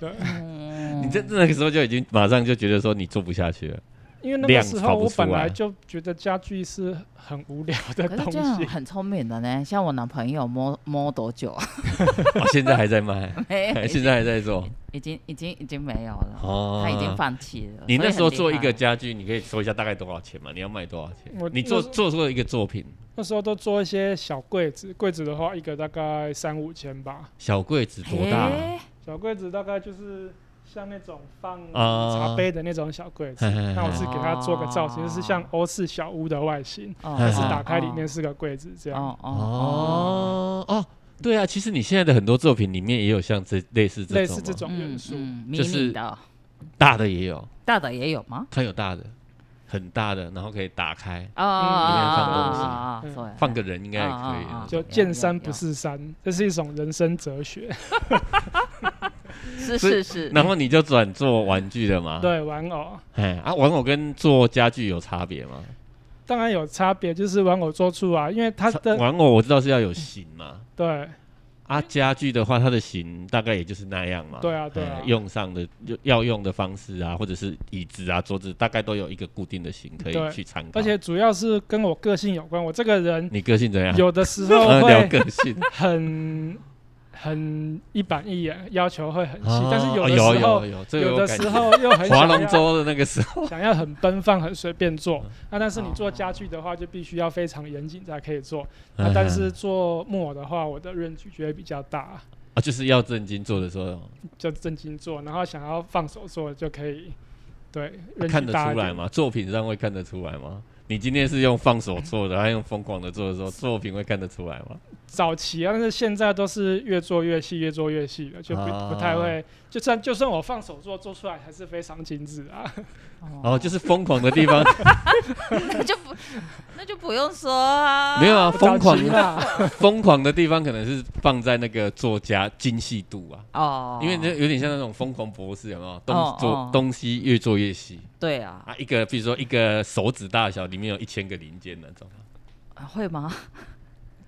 Speaker 3: 对，
Speaker 1: 嗯，
Speaker 2: 你在那个时候就已经马上就觉得说你做不下去了，
Speaker 3: 因为那
Speaker 2: 量
Speaker 3: 个时
Speaker 2: 跑
Speaker 3: 候
Speaker 2: 不
Speaker 3: 我
Speaker 2: 出
Speaker 3: 本
Speaker 2: 来
Speaker 3: 来就觉得家具是很无聊的
Speaker 1: 可是
Speaker 3: 东
Speaker 1: 这样
Speaker 3: 西。
Speaker 1: 很聪明的呢，像我男朋友摸摸多久啊？
Speaker 2: 哦，现在还在卖，
Speaker 1: 没
Speaker 2: 现在还在做，
Speaker 1: 已经已经已经没有了，
Speaker 2: 哦
Speaker 1: 他已经放弃了。
Speaker 2: 你那时候
Speaker 1: 啊所
Speaker 2: 做
Speaker 1: 以
Speaker 2: 一
Speaker 1: 很厉害
Speaker 2: 个家具，你可以说一下大概多少钱吗？你要卖多少钱
Speaker 3: 我？
Speaker 2: 你做
Speaker 3: 那时候
Speaker 2: 做出了一个作品，
Speaker 3: 那时候都做一些小柜子，柜子的话一个大概三五千吧，
Speaker 2: 小柜子多大？啊
Speaker 1: 诶
Speaker 3: 小柜子大概就是像那种放
Speaker 2: 啊
Speaker 3: 茶杯的那种小柜子。
Speaker 2: 嘿嘿嘿
Speaker 3: 那我是给它做个造型，
Speaker 1: 啊
Speaker 3: 就是像欧式小屋的外形，
Speaker 1: 哦
Speaker 2: 但
Speaker 3: 是打开里面
Speaker 1: 哦
Speaker 3: 是个柜子这样。
Speaker 1: 哦哦
Speaker 2: 哦哦，对啊，其实你现在的很多作品里面也有像这类似这种，
Speaker 3: 类似这，种元
Speaker 1: 嗯
Speaker 3: 素，
Speaker 1: 嗯，迷
Speaker 2: 就是
Speaker 1: 你的
Speaker 2: 大的也有，
Speaker 1: 大的也有吗？
Speaker 2: 它有大的，很大的，然后可以打开
Speaker 1: 哦
Speaker 2: 嗯
Speaker 1: 哦哦哦
Speaker 3: 里面放东西
Speaker 1: 哦哦，
Speaker 2: 放个人应该也可以
Speaker 1: 啊啊啊
Speaker 2: 啊。
Speaker 3: 就见山不是山，这是一种人生哲学。
Speaker 1: 是
Speaker 2: 所以
Speaker 1: 是是，
Speaker 2: 然后你就转做玩具了嘛？，
Speaker 3: 对，玩偶
Speaker 2: 哎啊，玩偶跟做家具有差别吗？
Speaker 3: 当然有差别，就是玩偶做出啊来，因为它的
Speaker 2: 玩偶我知道是要有型嘛，
Speaker 3: 对
Speaker 2: 啊，家具的话它的型大概也就是那样嘛。
Speaker 3: 对啊对啊
Speaker 2: 哎用上的就要用的方式啊，或者是椅子啊、桌子，大概都有一个固定的型可
Speaker 3: 对
Speaker 2: 以去参考。
Speaker 3: 而且主要是跟我个性有关。我这个 人
Speaker 2: 你个性怎样？
Speaker 3: 有的时候
Speaker 2: 呃聊
Speaker 3: 会
Speaker 2: 个性，
Speaker 3: 很很一板一眼，要求会很细
Speaker 2: 哦，
Speaker 3: 但是有的
Speaker 2: 有
Speaker 3: 时候
Speaker 2: 有有这个
Speaker 3: 有
Speaker 2: 我
Speaker 3: 的
Speaker 2: 感
Speaker 3: 时
Speaker 2: 觉
Speaker 3: 候又很
Speaker 2: 划
Speaker 3: 想
Speaker 2: 龙
Speaker 3: 要
Speaker 2: 舟的那个时 候，
Speaker 3: 想要很奔放、很随便做。那但是你做
Speaker 1: 哦
Speaker 3: 家具的话，就必须要非常严谨才可以做。
Speaker 2: 嗯
Speaker 3: 那啊但是做木偶的话，我的 range 就会比较大，
Speaker 2: 啊，就是要正经做的时候，
Speaker 3: 就正经做，然后想要放手做就可以。对，range
Speaker 2: 啊看得
Speaker 3: 大一
Speaker 2: 出来
Speaker 3: 点
Speaker 2: 吗？作品上会看得出来吗？你今天是用放手做的，还用疯狂的做的时候，作品会看得出来吗？
Speaker 3: 早期啊，但是现在都是越做越细，越做越细了，就不、
Speaker 2: 啊
Speaker 3: 不太会。就算就算我放手做，做出来还是非常精致啊。
Speaker 2: 哦，就是疯狂的 地方
Speaker 1: 那就不那就不用说啊，
Speaker 2: 没有啊，疯狂
Speaker 3: 早期啦，
Speaker 2: 疯狂的地方可能是放在那个作家精细度啊，
Speaker 1: 哦，
Speaker 2: 因为这有点像那种疯狂博士，有没有？
Speaker 1: 哦
Speaker 2: 东做
Speaker 1: 哦
Speaker 2: 东西越做越细
Speaker 1: 对啊，
Speaker 2: 啊，一个比如说一个手指大小，里面有一千个零件那种。
Speaker 1: 啊会吗？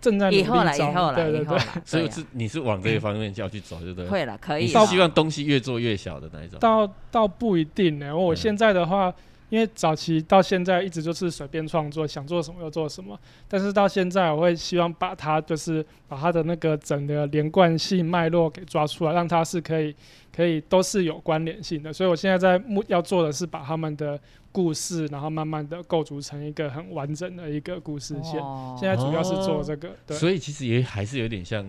Speaker 3: 正在努力
Speaker 1: 以后啦，以
Speaker 3: 中
Speaker 1: 后啦，
Speaker 3: 对对
Speaker 1: 以后
Speaker 3: 对。
Speaker 1: 啦，
Speaker 2: 所以
Speaker 1: 对啊
Speaker 2: 是你是往这一方面就要去走，对不对？
Speaker 1: 会啊了，可
Speaker 2: 你
Speaker 1: 以
Speaker 2: 是
Speaker 1: 啦。
Speaker 2: 希望东西越做越小的那一种。
Speaker 3: 到到不一定呢、欸我
Speaker 2: 嗯
Speaker 3: 现在的话，因为早期到现在一直就是随便创作，想做什么就做什么。但是到现在，我会希望把它就是把它的那个整个连贯性脉络给抓出来，让它是可以可以都是有关联性的。所以我现在在目要做的是把他们的故事，然后慢慢的构筑成一个很完整的一个故事线。
Speaker 1: 哦
Speaker 3: 现在主要是做
Speaker 2: 哦
Speaker 3: 这个，对。
Speaker 2: 所以其实也还是有点像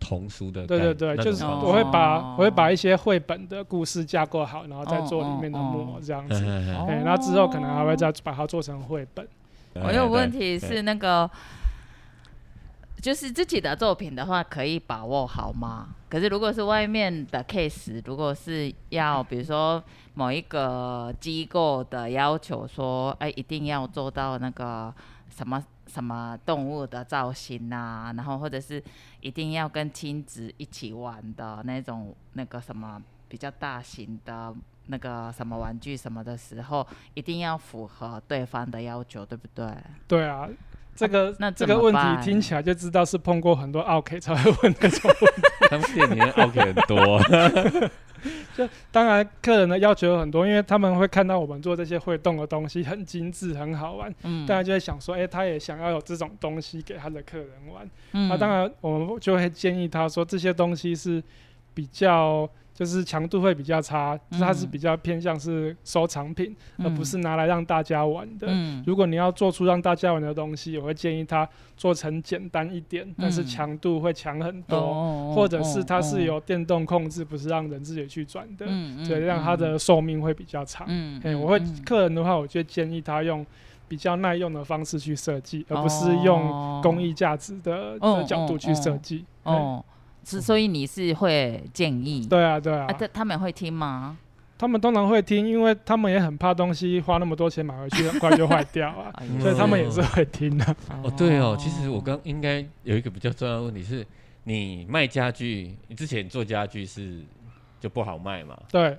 Speaker 2: 童书的概
Speaker 3: 对
Speaker 2: 念，
Speaker 3: 对对，
Speaker 2: 那
Speaker 3: 就
Speaker 2: 种
Speaker 3: 是
Speaker 2: 方
Speaker 3: 我会
Speaker 2: 式
Speaker 3: 把、
Speaker 1: 哦
Speaker 3: 我会把一些绘本的故事架构好，然后再做里面的木
Speaker 1: 哦哦
Speaker 3: 偶这样 子。
Speaker 2: 嗯
Speaker 1: 哦
Speaker 3: 哎、那之后可能还会再把它做成绘本。
Speaker 1: 我有问，
Speaker 2: 嗯嗯
Speaker 1: 题是那个，就是自己的作品的话，可以把握好吗？可是如果是外面的 case，如果是要比如说某一个机构的要求说，哎，一定要做到那个什么什么动物的造型啊，然后或者是一定要跟亲子一起玩的那种那个什么比较大型的那个什么玩具什么的时候，一定要符合对方的要求，对不对？
Speaker 3: 对啊，这个
Speaker 1: 那
Speaker 3: 这
Speaker 1: 怎
Speaker 3: 个
Speaker 1: 么
Speaker 3: 问
Speaker 1: 办
Speaker 3: 题听起来就知道是碰过很多 OK 才会问那种。
Speaker 2: 对哎他们店里面 OK 很多，
Speaker 3: 当然，客人的要求有很多，因为他们会看到我们做这些会动的东西很精致、很好玩，
Speaker 1: 嗯，
Speaker 3: 大家就会想说，哎、他也想要有这种东西给他的客人玩。
Speaker 1: 嗯，
Speaker 3: 那、当然，我们就会建议他说，这些东西是比较。就是强度会比较差，就是它是
Speaker 1: 嗯
Speaker 3: 比较偏向是收藏品，
Speaker 1: 嗯，
Speaker 3: 而呃不是呃拿来让大家玩的。
Speaker 1: 嗯，
Speaker 3: 如果你要做出让大家玩的东西，我会建议它做成简单一点，但是强度会强很多，
Speaker 1: 嗯哦
Speaker 3: 或者是它是，
Speaker 1: 哦
Speaker 3: 由电动控制，不是让人自己去转的，
Speaker 1: 哦嗯嗯
Speaker 3: 所以让它的寿命会比较长。
Speaker 1: 嗯，
Speaker 3: 哎，
Speaker 1: 嗯
Speaker 3: 我会
Speaker 1: 嗯
Speaker 3: 客人的话，我就建议他用比较耐用的方式去设计，而不是用工艺价值的
Speaker 1: 哦
Speaker 3: 的角度去设计。
Speaker 1: 哦，哦是所以你是会建议
Speaker 3: 哎，对啊，对啊
Speaker 1: 啊，，他他们会听吗？
Speaker 3: 他们通常会听，因为他们也很怕东西花那么多钱买回去，很快就坏掉啊，
Speaker 1: 哎
Speaker 2: 嗯
Speaker 3: 所以他们也是会听的。
Speaker 2: 哦，对哦，其实我刚应该有一个比较重要的问题是，你卖家具，你之前做家具是就不好卖嘛？
Speaker 3: 对，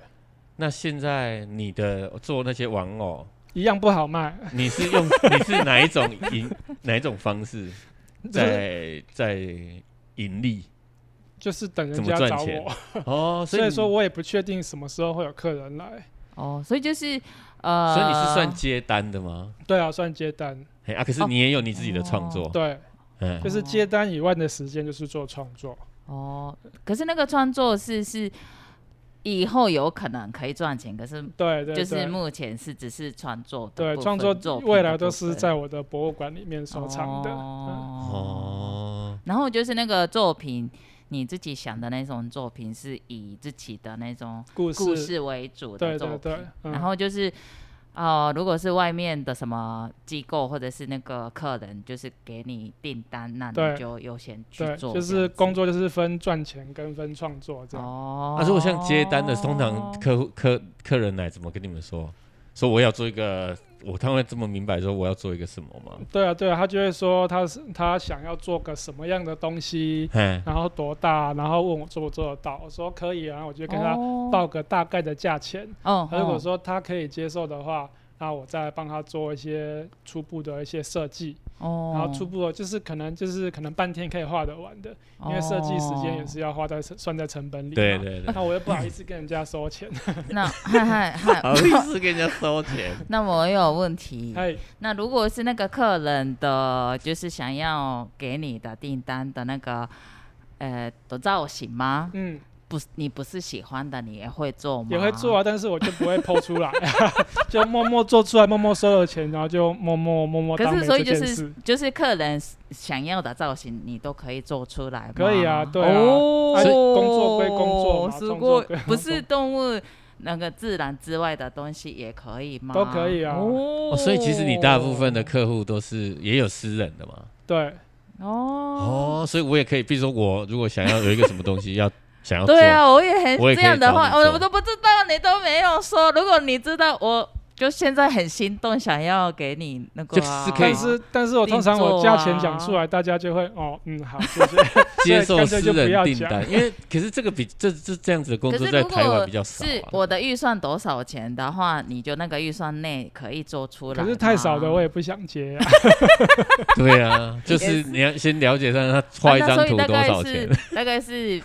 Speaker 2: 那现在你的做那些玩偶，
Speaker 3: 一样不好卖。
Speaker 2: 你是用你是哪一种盈哪一种方式
Speaker 3: 就是
Speaker 2: 在在盈利？
Speaker 3: 就是等人
Speaker 2: 怎么
Speaker 3: 家
Speaker 2: 赚
Speaker 3: 找
Speaker 2: 钱
Speaker 3: 我，
Speaker 2: 哦，
Speaker 3: 所以
Speaker 2: 你嗯
Speaker 3: 说我也不确定什么时候会有客人来。
Speaker 1: 哦，所以就是呃，
Speaker 2: 所以你是算接单的吗？
Speaker 3: 对啊，算接单，
Speaker 2: 嘿啊，可是你也有你自己的创作，
Speaker 3: 哦对，
Speaker 1: 哦
Speaker 2: 嗯
Speaker 3: 就是接单以外的时间就是做创作。
Speaker 1: 哦，可是那个创作是是以后有可能可以赚钱，可是
Speaker 3: 对对，
Speaker 1: 就是
Speaker 3: 对
Speaker 1: 目前是只是创作的
Speaker 3: 对
Speaker 1: 部
Speaker 3: 创
Speaker 1: 分
Speaker 3: 作
Speaker 1: 作
Speaker 3: 未
Speaker 1: 品的
Speaker 3: 来都
Speaker 1: 部
Speaker 3: 是
Speaker 1: 分
Speaker 3: 在我的博物馆里面收藏的。嗯
Speaker 1: 哦。
Speaker 2: 哦，
Speaker 1: 然后就是那个作品，你自己想的那种作品，是以自己的那种
Speaker 3: 嗯故事，
Speaker 1: 故事为主的
Speaker 3: 对
Speaker 1: 作
Speaker 3: 对
Speaker 1: 品。
Speaker 3: 对，嗯
Speaker 1: 然后就是，呃，如果是外面的什么机构或者是那个客人，就是给你订单，那
Speaker 3: 对
Speaker 1: 你就优先去
Speaker 3: 对，
Speaker 1: 做。
Speaker 3: 就是工作就是分赚钱跟分创作这样。
Speaker 1: 哦。
Speaker 2: 那、啊如果像接单
Speaker 3: 哦
Speaker 2: 的，通常客户客客人来怎么跟你们说？说我要做一个，我他会这么明白说我要做一个什么吗？
Speaker 3: 对啊，对啊，他就会说他是他想要做个什么样的东西，
Speaker 2: 嘿，
Speaker 3: 然后多大，然后问我做不做得到。我说可以啊，我就跟他报个大概的价钱。
Speaker 1: 哦，
Speaker 3: 他如果
Speaker 1: 哦
Speaker 3: 说他可以接受的话，那我再帮他做一些初步的一些设计，
Speaker 1: 哦，
Speaker 3: 然后初步的就是可能就是可能半天可以画得完的，因为设计时间也是要花在算在成本里。
Speaker 2: 对。对对，
Speaker 3: 那我又不好意思跟人家 收钱，
Speaker 1: 那嗨嗨嗨，
Speaker 2: 好意思跟人家收钱，
Speaker 1: 那我有问题。
Speaker 3: 哎，
Speaker 1: 那如果是那个客人的，就是想要给你的订单的那个，呃，的造型吗？
Speaker 3: 嗯，
Speaker 1: 不是，你不是喜欢的，你也会做吗？
Speaker 3: 也会做啊，但是我就不会剖出来， 就默默做出来，默默收了钱，然后就默默默默
Speaker 1: 可
Speaker 3: 当
Speaker 1: 是
Speaker 3: 没
Speaker 1: 所
Speaker 3: 这
Speaker 1: 以就
Speaker 3: 件事
Speaker 1: 是。就是客人想要的造型，你都可以做出来吗。
Speaker 3: 可以啊对啊
Speaker 1: 哦
Speaker 3: 啊所以工作归工作嘛
Speaker 1: 是
Speaker 3: 创
Speaker 1: 过
Speaker 3: 作归
Speaker 1: 不是动物那个自然之外的东西也可以吗？
Speaker 3: 都可以啊
Speaker 1: 哦
Speaker 2: 哦，所以其实你大部分的客户都是也有私人的嘛。
Speaker 3: 对，
Speaker 1: 哦
Speaker 2: 哦，所以我也可以，比如说我如果想要有一个什么东西要想要做，
Speaker 1: 对啊，我也很
Speaker 2: 我也
Speaker 1: 这
Speaker 2: 可以
Speaker 1: 样的话，
Speaker 2: 找你做
Speaker 1: 我我都不知道，你都没有说。如果你知道，我就现在很心动，想要给你那个啊、
Speaker 2: 就是可以
Speaker 3: 但是但是我通常我价钱讲出来，大家就会哦，嗯，好，谢谢。
Speaker 2: 接受
Speaker 3: 干
Speaker 2: 私
Speaker 3: 脆就不
Speaker 2: 人
Speaker 3: 要
Speaker 2: 订
Speaker 3: 讲
Speaker 2: 单，因为可是这个比这这这样子的工
Speaker 1: 可
Speaker 2: 作
Speaker 1: 是
Speaker 2: 在
Speaker 1: 如
Speaker 2: 台湾
Speaker 1: 果
Speaker 2: 比较少、啊。
Speaker 1: 是我的预算多少钱的话，你就那个预算内可以做出来。
Speaker 3: 可是太少的我也不想接、啊，
Speaker 2: 对啊，就是你要先了解一下他画一张图多少钱。
Speaker 1: 大概是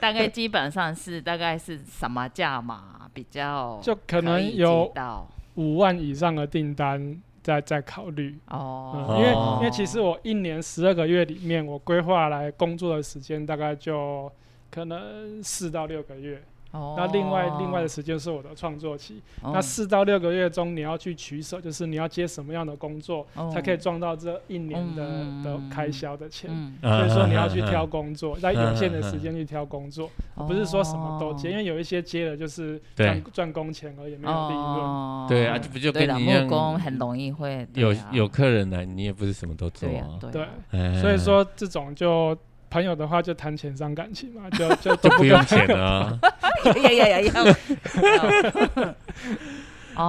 Speaker 1: 大概基本上是大概是什么价嘛比较
Speaker 3: 就可
Speaker 1: 可
Speaker 3: 能
Speaker 1: 以
Speaker 3: 有
Speaker 1: 接到
Speaker 3: 五万以上的订单再再考虑。嗯
Speaker 1: 哦，，
Speaker 3: 因为
Speaker 2: 哦
Speaker 3: 因为其实我一年十二个月里面，我规划来工作的时间大概就可能四到六个月，
Speaker 1: 哦
Speaker 3: 那另外另外的时间是我的创作期。
Speaker 1: 哦
Speaker 3: 那四到六个月中，你要去取舍，就是你要接什么样的工作，
Speaker 1: 哦
Speaker 3: 才可以赚到这一年的、
Speaker 1: 嗯
Speaker 3: 的开销的钱。
Speaker 1: 嗯
Speaker 2: 所
Speaker 3: 所以说你要去挑工作，在有限的时间去挑工作，
Speaker 1: 哦
Speaker 3: 不是说什么都接，因为有一些接了就是
Speaker 2: 对
Speaker 3: 赚赚工钱而已，没有利润。
Speaker 1: 哦
Speaker 2: 对啊就不就
Speaker 1: 对
Speaker 2: 跟
Speaker 1: 啦
Speaker 2: 你一样
Speaker 1: 木工很容易会
Speaker 2: 有
Speaker 1: 对啊
Speaker 2: 有客人来，你也不是什么都做
Speaker 1: 对呀
Speaker 2: 啊。
Speaker 1: 对
Speaker 3: 对
Speaker 1: 啊，
Speaker 2: 哎
Speaker 3: 所以说这种就朋友的话就谈钱伤感情嘛，就
Speaker 2: 就
Speaker 3: 就就
Speaker 2: 不
Speaker 3: 跟
Speaker 2: 用钱了啊。
Speaker 1: 呀呀呀呀！
Speaker 2: 啊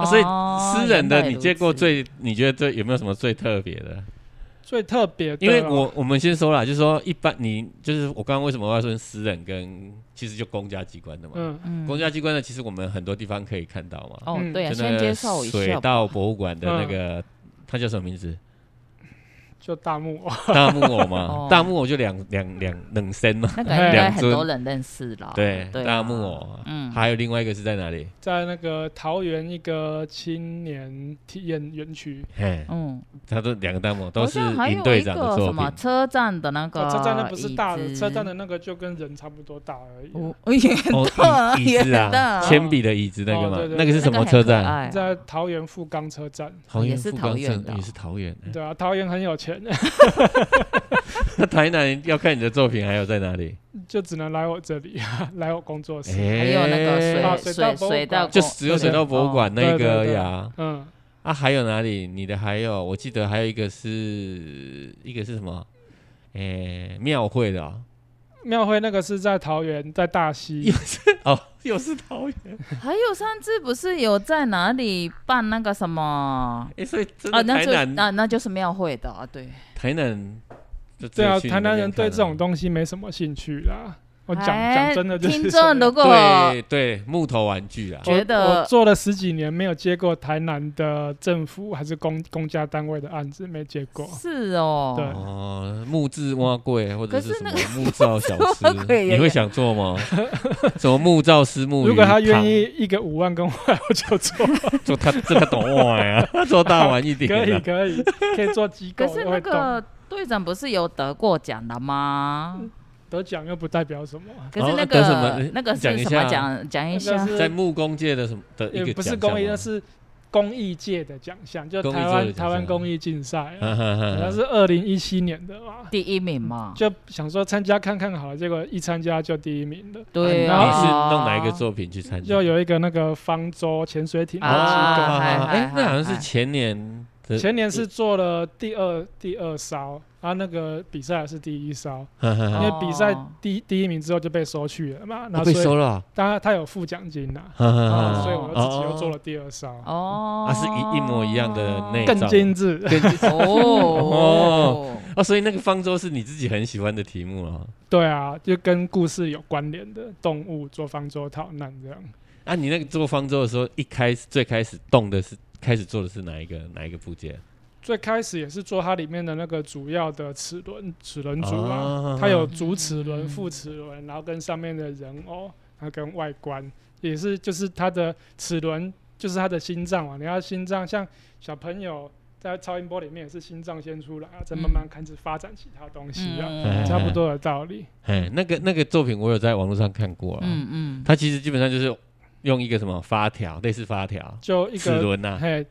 Speaker 1: 哦
Speaker 2: 所以私人的你接过？
Speaker 1: 原来如
Speaker 2: 最，你觉得最有没有什么最特别的？
Speaker 3: 最特别的
Speaker 2: 因
Speaker 1: 啊
Speaker 2: 为
Speaker 3: 哦。
Speaker 2: 我我们先说啦，就是说一般你就是我刚刚为什么要说私人跟其实就公家机关的嘛，
Speaker 3: 嗯
Speaker 1: 此嗯
Speaker 2: 公家机关的其实我们很多地方可以看到嘛，
Speaker 1: 哦
Speaker 3: 嗯
Speaker 1: 对啊，
Speaker 2: 就那
Speaker 1: 先
Speaker 2: 个
Speaker 1: 接受一
Speaker 2: 水
Speaker 1: 下吧。
Speaker 2: 稻博物馆的那个，它叫什么名字？
Speaker 3: 就大木 偶，
Speaker 2: 大木偶嘛
Speaker 1: 哦，
Speaker 2: 大木偶就两两两冷身嘛，
Speaker 1: 那个应该
Speaker 2: 两
Speaker 1: 很
Speaker 2: 尊
Speaker 1: 多人认识了。
Speaker 2: 对，
Speaker 1: 对啊
Speaker 2: 大木偶。
Speaker 1: 嗯，
Speaker 2: 还有另外一个是在哪里？
Speaker 3: 在那个桃园一个青年体验园区，
Speaker 2: 嘿，
Speaker 1: 嗯，
Speaker 2: 他都两个大木偶
Speaker 1: 好
Speaker 2: 都是
Speaker 1: 像还有
Speaker 2: 尹
Speaker 1: 一
Speaker 2: 队
Speaker 1: 个
Speaker 2: 长的
Speaker 1: 什
Speaker 2: 作
Speaker 1: 么
Speaker 2: 品。
Speaker 1: 车站的那个
Speaker 3: 哦车站那不是大的，
Speaker 1: 椅子
Speaker 3: 车站的那个就跟人差不多大而已。啊
Speaker 1: 哦，也很
Speaker 2: 哦
Speaker 1: 大，，
Speaker 2: 椅椅
Speaker 1: 也
Speaker 2: 子
Speaker 1: 很
Speaker 2: 啊，
Speaker 1: 大，
Speaker 2: 铅笔的椅子那个嘛
Speaker 3: 哦对，对
Speaker 2: 那个是什么车站？
Speaker 3: 在桃园富冈车站，
Speaker 2: 桃
Speaker 1: 也
Speaker 2: 园
Speaker 1: 是
Speaker 2: 富冈
Speaker 1: 桃园
Speaker 2: 镇
Speaker 1: 的哦
Speaker 2: 也是桃园。
Speaker 3: 对啊，桃园很有钱，
Speaker 2: 那台南要看你的作品还有在哪里？
Speaker 3: 就只能来我这里， 来我工作室。
Speaker 1: 还有那
Speaker 2: 哎
Speaker 1: 个
Speaker 3: 啊
Speaker 1: 水
Speaker 3: 水
Speaker 1: 水
Speaker 3: 稻博物
Speaker 1: 水稻
Speaker 3: 馆
Speaker 1: 公，
Speaker 2: 就只有水稻博物馆那
Speaker 1: 哦
Speaker 3: 对
Speaker 2: 个
Speaker 3: 对对
Speaker 2: 呀。
Speaker 3: 嗯，
Speaker 2: 啊，还有哪里？你的还有，我记得还有一个是一个是什么？诶，庙会的哦，
Speaker 3: 庙会那个是在桃园，在大溪
Speaker 2: 又，是哦， 又是桃园。
Speaker 1: 还有上次不是有在哪里办那个什么？
Speaker 2: 哎，所以真
Speaker 1: 啊，那
Speaker 2: 的台
Speaker 1: 就
Speaker 2: 南，
Speaker 1: 那那就是庙会的啊，对。
Speaker 2: 台南就只
Speaker 3: 对
Speaker 2: 有
Speaker 3: 啊，
Speaker 2: 去
Speaker 3: 台
Speaker 2: 那
Speaker 3: 南
Speaker 2: 边
Speaker 3: 人对
Speaker 2: 看
Speaker 3: 这
Speaker 2: 了
Speaker 3: 种东西没什么兴趣啦。我哦讲
Speaker 1: 哎
Speaker 3: 讲真的就是
Speaker 1: 听
Speaker 3: 这样
Speaker 1: 众如 果
Speaker 2: 对对木头玩具啊，
Speaker 1: 觉
Speaker 3: 我
Speaker 1: 得
Speaker 3: 我做了十几年没有接过台南的政府还是公公家单位的案子，没接过。
Speaker 1: 是哦，
Speaker 3: 对
Speaker 2: 哦，木质蛙柜或者
Speaker 1: 可
Speaker 2: 是
Speaker 1: 是
Speaker 2: 什
Speaker 1: 那
Speaker 2: 么
Speaker 1: 个
Speaker 2: 木造小吃
Speaker 1: 蛙柜，也
Speaker 2: 你会
Speaker 1: 有
Speaker 2: 想做吗？ 什么木造私木鱼汤？
Speaker 3: 如果他愿意一个五万跟我， 我 就做，
Speaker 2: 做他这个懂我呀， 做大碗一点啊。
Speaker 3: 可以可以，可以做机构。
Speaker 1: 可是
Speaker 3: 我
Speaker 1: 那
Speaker 3: 会动嗯
Speaker 1: 个队长不是有得过奖的吗？
Speaker 3: 得奖又不代表什么，
Speaker 1: 可是那
Speaker 2: 哦那得什么
Speaker 1: 个那个
Speaker 2: 讲
Speaker 1: 是
Speaker 2: 一
Speaker 1: 什么
Speaker 2: 下
Speaker 1: 奖？讲一
Speaker 3: 那个
Speaker 1: 下
Speaker 3: 是
Speaker 2: 在木工界的什么的一
Speaker 3: 也
Speaker 2: 个
Speaker 3: 不是
Speaker 2: 奖项
Speaker 3: 公益，
Speaker 2: 吗
Speaker 3: 那是公益界的奖项，就
Speaker 2: 公益
Speaker 3: 台
Speaker 2: 界的奖
Speaker 3: 湾
Speaker 2: 项嗯
Speaker 3: 台湾公益竞赛啊，
Speaker 2: 哈哈哈
Speaker 3: 好像
Speaker 2: 哈
Speaker 3: 是二零一七年的吧。
Speaker 1: 第一名嘛？
Speaker 3: 就想说参加看看好了，结果一参加就第一名了。
Speaker 1: 对
Speaker 3: 然后
Speaker 1: 啊，
Speaker 2: 你是弄哪一个作品去参加？
Speaker 3: 就哦有一个那个方舟潜水艇的
Speaker 1: 啊
Speaker 3: 机构，
Speaker 1: 嗨
Speaker 2: 哦
Speaker 1: 嗨
Speaker 2: 哎，那好像
Speaker 1: 嗨
Speaker 2: 是前年的，
Speaker 3: 前年是做了第二第二艘，然后那个比赛是第一艘，
Speaker 2: 哈哈
Speaker 3: 因
Speaker 2: 哈
Speaker 3: 为
Speaker 1: 哦
Speaker 3: 比赛第第一名之后就被收去了嘛，然
Speaker 2: 嗯哦
Speaker 3: 后
Speaker 2: 被
Speaker 3: 所以
Speaker 2: 收了啊，
Speaker 3: 当然他有付奖金呐，
Speaker 2: 哈哈
Speaker 1: 啊
Speaker 2: 哈
Speaker 3: 所以我就自己又做了第二艘，
Speaker 1: 哦，
Speaker 2: 啊是一一模一样的内
Speaker 3: 更精致。
Speaker 1: 哦嗯
Speaker 2: 哦，哦，所以那个方舟是你自己很喜欢的题目啊。
Speaker 3: 对啊，就跟故事有关联的动物做方舟逃难这样。
Speaker 2: 啊，你那个做方舟的时候，一开始最开始动的是开始做的是哪一个哪一个部件？
Speaker 3: 最开始也是做它里面的那个主要的齿轮齿轮组
Speaker 2: 哦
Speaker 3: 啊，它有主齿轮、
Speaker 1: 嗯
Speaker 3: 副齿轮，然后跟上面的人偶，然后跟外观，也是就是它的齿轮就是它的心脏啊嘛。你要心脏像小朋友在超音波里面也是心脏先出来啊，再慢慢开始发展其他东西啊，
Speaker 1: 嗯
Speaker 3: 差不多的道理。
Speaker 2: 哎，那个那个作品我有在网络上看过啊。
Speaker 1: 嗯嗯，
Speaker 2: 它其实基本上就是用一个什么发条，类似发条、
Speaker 3: 就一
Speaker 2: 齿
Speaker 3: 个
Speaker 2: 轮呐，
Speaker 3: 嘿，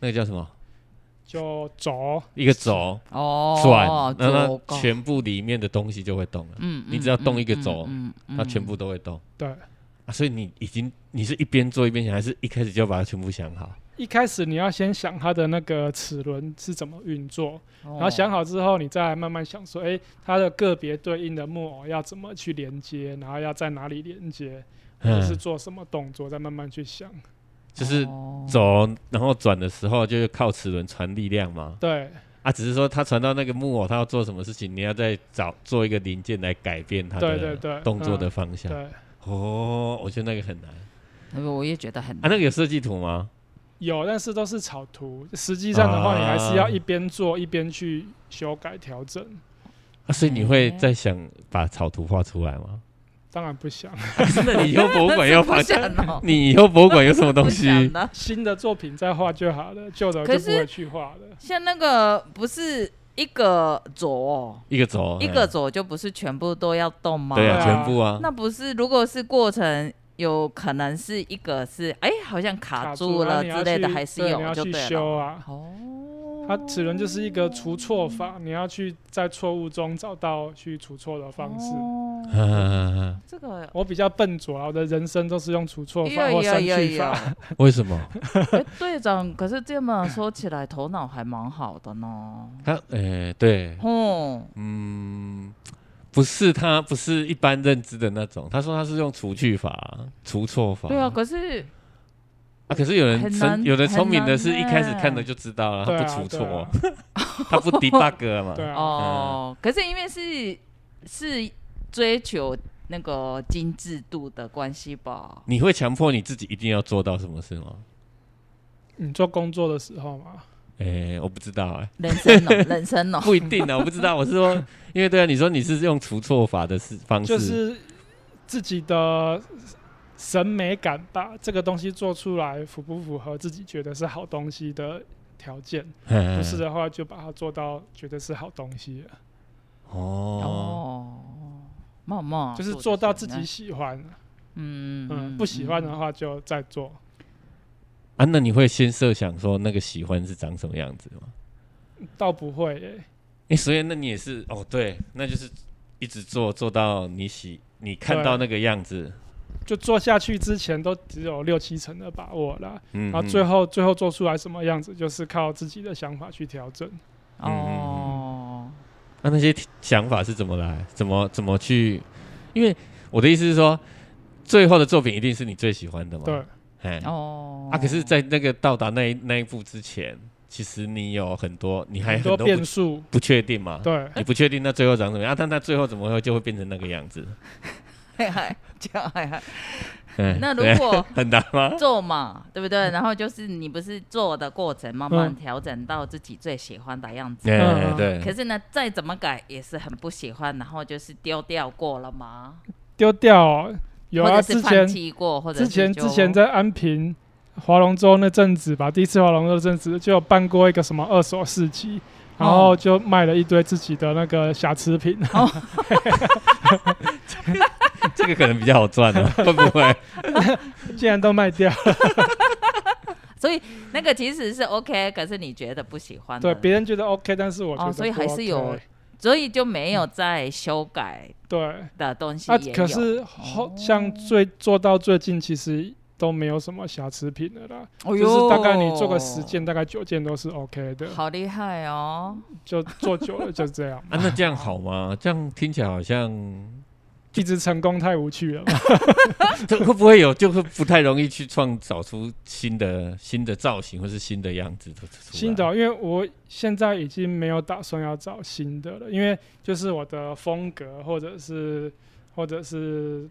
Speaker 2: 那个叫什么？
Speaker 3: 就轴，
Speaker 2: 一个轴
Speaker 1: 哦，
Speaker 2: 转，然后
Speaker 1: 左
Speaker 2: 它
Speaker 1: 勾
Speaker 2: 全部里面的东西就会动了，
Speaker 1: 嗯，
Speaker 2: 你只要动一个轴
Speaker 1: 嗯，嗯
Speaker 2: 它全部都会动
Speaker 3: 对。
Speaker 2: 啊。所以你已经你是一边做一边想，还是一开始就要把它全部想好？
Speaker 3: 一开始你要先想它的那个齿轮是怎么运作，然后哦想
Speaker 1: 好，
Speaker 3: 好之后，你再慢慢想说，哎、它的个别对应的木偶要怎么去连接，然后要在哪里连接，或者是
Speaker 2: 嗯，
Speaker 3: 做什么动作，再慢慢去想。
Speaker 2: 就是
Speaker 1: 哦
Speaker 2: 走，然后转的时候就是靠齿轮传力量嘛。
Speaker 3: 对，
Speaker 2: 啊，只是说它传到那个木偶，它要做什么事情，你要再找做一个零件来改变它
Speaker 3: 对对
Speaker 2: 的
Speaker 3: 对
Speaker 2: 动作的方向。
Speaker 3: 对，
Speaker 2: 哦，我觉得那个很难啊。
Speaker 1: 我也觉得很
Speaker 2: 那个有设计图吗？
Speaker 1: 哎
Speaker 3: 有，但是都是草图。实际上的话，你还是要
Speaker 2: 啊
Speaker 3: 一边做一边去修改调整。
Speaker 2: 啊，所以你会
Speaker 1: 哎
Speaker 2: 在想把草图画出来 吗？
Speaker 3: 当然不想，
Speaker 2: 那你以后博物馆要
Speaker 1: 不
Speaker 2: 放，
Speaker 1: 想哦，
Speaker 2: 你以后博物馆有什么
Speaker 1: 不
Speaker 2: 东西？
Speaker 1: 想啊的
Speaker 3: 新的作品再画就好了，旧的
Speaker 1: 可
Speaker 3: 就是不会去画了。
Speaker 1: 像那个不是一个左哦，
Speaker 2: 一个轴，
Speaker 1: 一个轴就不是全部都要动吗？
Speaker 2: 哎对啊，
Speaker 3: 对啊
Speaker 2: 全部啊。
Speaker 1: 那不是如果是过程。有可能是一个是哎、好像卡
Speaker 3: 卡住
Speaker 1: 了
Speaker 3: 啊你要
Speaker 1: 之类的，
Speaker 3: 去
Speaker 1: 还是
Speaker 3: 对
Speaker 1: 有
Speaker 3: 你要
Speaker 1: 就
Speaker 3: 去
Speaker 1: 对
Speaker 3: 修
Speaker 1: 了。
Speaker 3: 啊。
Speaker 1: 哦，
Speaker 3: 它齿轮就是一个除错法，你要去在错误中找到去除错的方式。
Speaker 1: 哦
Speaker 2: 啊，
Speaker 1: 这个
Speaker 3: 我比较笨拙啊，我的人生都是用除错法
Speaker 1: 有
Speaker 3: 或
Speaker 1: 有
Speaker 3: 删
Speaker 1: 有
Speaker 3: 去
Speaker 1: 有
Speaker 3: 法。
Speaker 2: 为什么？
Speaker 1: 哎队长，可是这么说起来，头脑还蛮好的呢。
Speaker 2: 他诶，对，
Speaker 1: 哦，
Speaker 2: 嗯，不是他，不是一般认知的那种。他说他是用除去法、除错法。
Speaker 1: 对啊，可是
Speaker 2: 啊，可是有人
Speaker 1: 很
Speaker 2: 聪，
Speaker 1: 难
Speaker 2: 有的聪明的
Speaker 1: 很
Speaker 2: 是
Speaker 1: 难欸
Speaker 2: 一
Speaker 1: 呢
Speaker 2: 开始看了就知道了，
Speaker 3: 对
Speaker 2: 他不
Speaker 3: 啊，
Speaker 2: 除
Speaker 3: 对
Speaker 2: 错
Speaker 3: 啊
Speaker 2: 啊，他不 debug 嘛。
Speaker 3: 对
Speaker 2: 嗯
Speaker 3: 啊，
Speaker 1: 哦，可是因为是是追求那个精致度的关系吧。
Speaker 2: 你会强迫你自己一定要做到什么事吗？
Speaker 3: 你做工作的时候嘛，
Speaker 2: 诶，我不知道哎，
Speaker 1: 人生哦，人生哦，
Speaker 2: 不一定啊，我不知道。我是说，因为对啊，你说你是用除错法的是方式，
Speaker 3: 就是自己的审美感吧，这个东西做出来符不符合自己觉得是好东西的条件？
Speaker 2: 不
Speaker 3: 不是的话，就把它做到觉得是好东西了，
Speaker 2: 哦，
Speaker 1: 哦，啊慢慢
Speaker 3: 就是做到
Speaker 1: 的
Speaker 3: 自
Speaker 1: 时候
Speaker 3: 己
Speaker 1: 呢，
Speaker 3: 喜欢。
Speaker 1: 嗯
Speaker 3: 嗯，不喜欢的，话就再做。
Speaker 2: 啊，那你会先设想说那个喜欢是长什么样子吗？
Speaker 3: 倒不会欸耶，
Speaker 2: 诶，所以那你也是哦，对，那就是一直做做到你喜，你看到那个样子，
Speaker 3: 就做下去之前都只有六七成的把握啦。
Speaker 2: 嗯，
Speaker 3: 然后
Speaker 2: 嗯
Speaker 3: 最后最后做出来什么样子，就是靠自己的想法去调整。
Speaker 1: 嗯
Speaker 2: 嗯
Speaker 1: 哦，
Speaker 2: 那那些提想法是怎么来？怎么怎么去？因为我的意思是说，最后的作品一定是你最喜欢的嘛？
Speaker 3: 对，
Speaker 2: 哎，
Speaker 1: 哦，
Speaker 2: 啊，可 是，在那个到达那一那一步之前，其实你有很多，你还
Speaker 3: 很
Speaker 2: 很
Speaker 3: 多
Speaker 2: 多
Speaker 3: 变
Speaker 2: 不
Speaker 3: 数。
Speaker 2: 不确定嘛？
Speaker 3: 对，
Speaker 2: 你不确定那最后长什么样，啊但那最后怎么会就会变成那个 样子？
Speaker 1: 嗨嗨，这样嗨嗨，
Speaker 2: 嗯，
Speaker 1: 那如
Speaker 2: 对啊
Speaker 1: 果
Speaker 2: 很难
Speaker 3: 嗯
Speaker 2: 吗？
Speaker 1: 做嘛，对不对？然后就是你不是做的过程，慢慢
Speaker 3: 嗯
Speaker 1: 调整到自己最喜欢的样子。
Speaker 2: 哎，
Speaker 3: 嗯
Speaker 1: 可
Speaker 2: 对，
Speaker 1: 是呢，再怎么改也是很不喜欢，然后就是丢掉过了吗？
Speaker 3: 丢掉哦有
Speaker 1: 或
Speaker 3: 啊，
Speaker 1: 者是
Speaker 3: 之
Speaker 1: 放
Speaker 3: 前
Speaker 1: 弃过，或者
Speaker 3: 之
Speaker 1: 是
Speaker 3: 前
Speaker 1: 就
Speaker 3: 之前在安平划龙舟那阵子吧，第一次划龙舟那阵子就有办过一个什么二手市集，
Speaker 1: 哦
Speaker 3: 然后就卖了一堆自己的那个瑕疵 品。
Speaker 2: 这个可能比较好赚了， 会不会？啊
Speaker 3: 竟然都 卖掉了，
Speaker 1: 所以那个其实是 OK，可是你觉得不喜欢
Speaker 3: 对
Speaker 1: 的，
Speaker 3: 别人觉得 OK，但是我觉得、
Speaker 1: 嗯哦所以还是有所以就没有再修改
Speaker 3: 对。
Speaker 1: 的东西
Speaker 3: 啊
Speaker 1: 也，有。哦
Speaker 3: 可是后像最做到最近，其实都没有什么瑕疵品了啦，
Speaker 1: 哦
Speaker 3: 就是
Speaker 1: 哟
Speaker 3: 大概你做个十件，，大概九件都是 OK 的，
Speaker 1: 好厉害哦！
Speaker 3: 就做久了就是
Speaker 2: ，
Speaker 3: 这样
Speaker 2: 啊，那这样好吗？这样听起来好像
Speaker 3: 一直成功太无趣了
Speaker 2: 啊
Speaker 3: 嘛。
Speaker 2: 这 会不会有就会不太容易去创造出新的新的造型或是新的样子出来
Speaker 3: 新的哦，因为我现在已经没有打算要找新的了，因为就是我的风格或者是或者是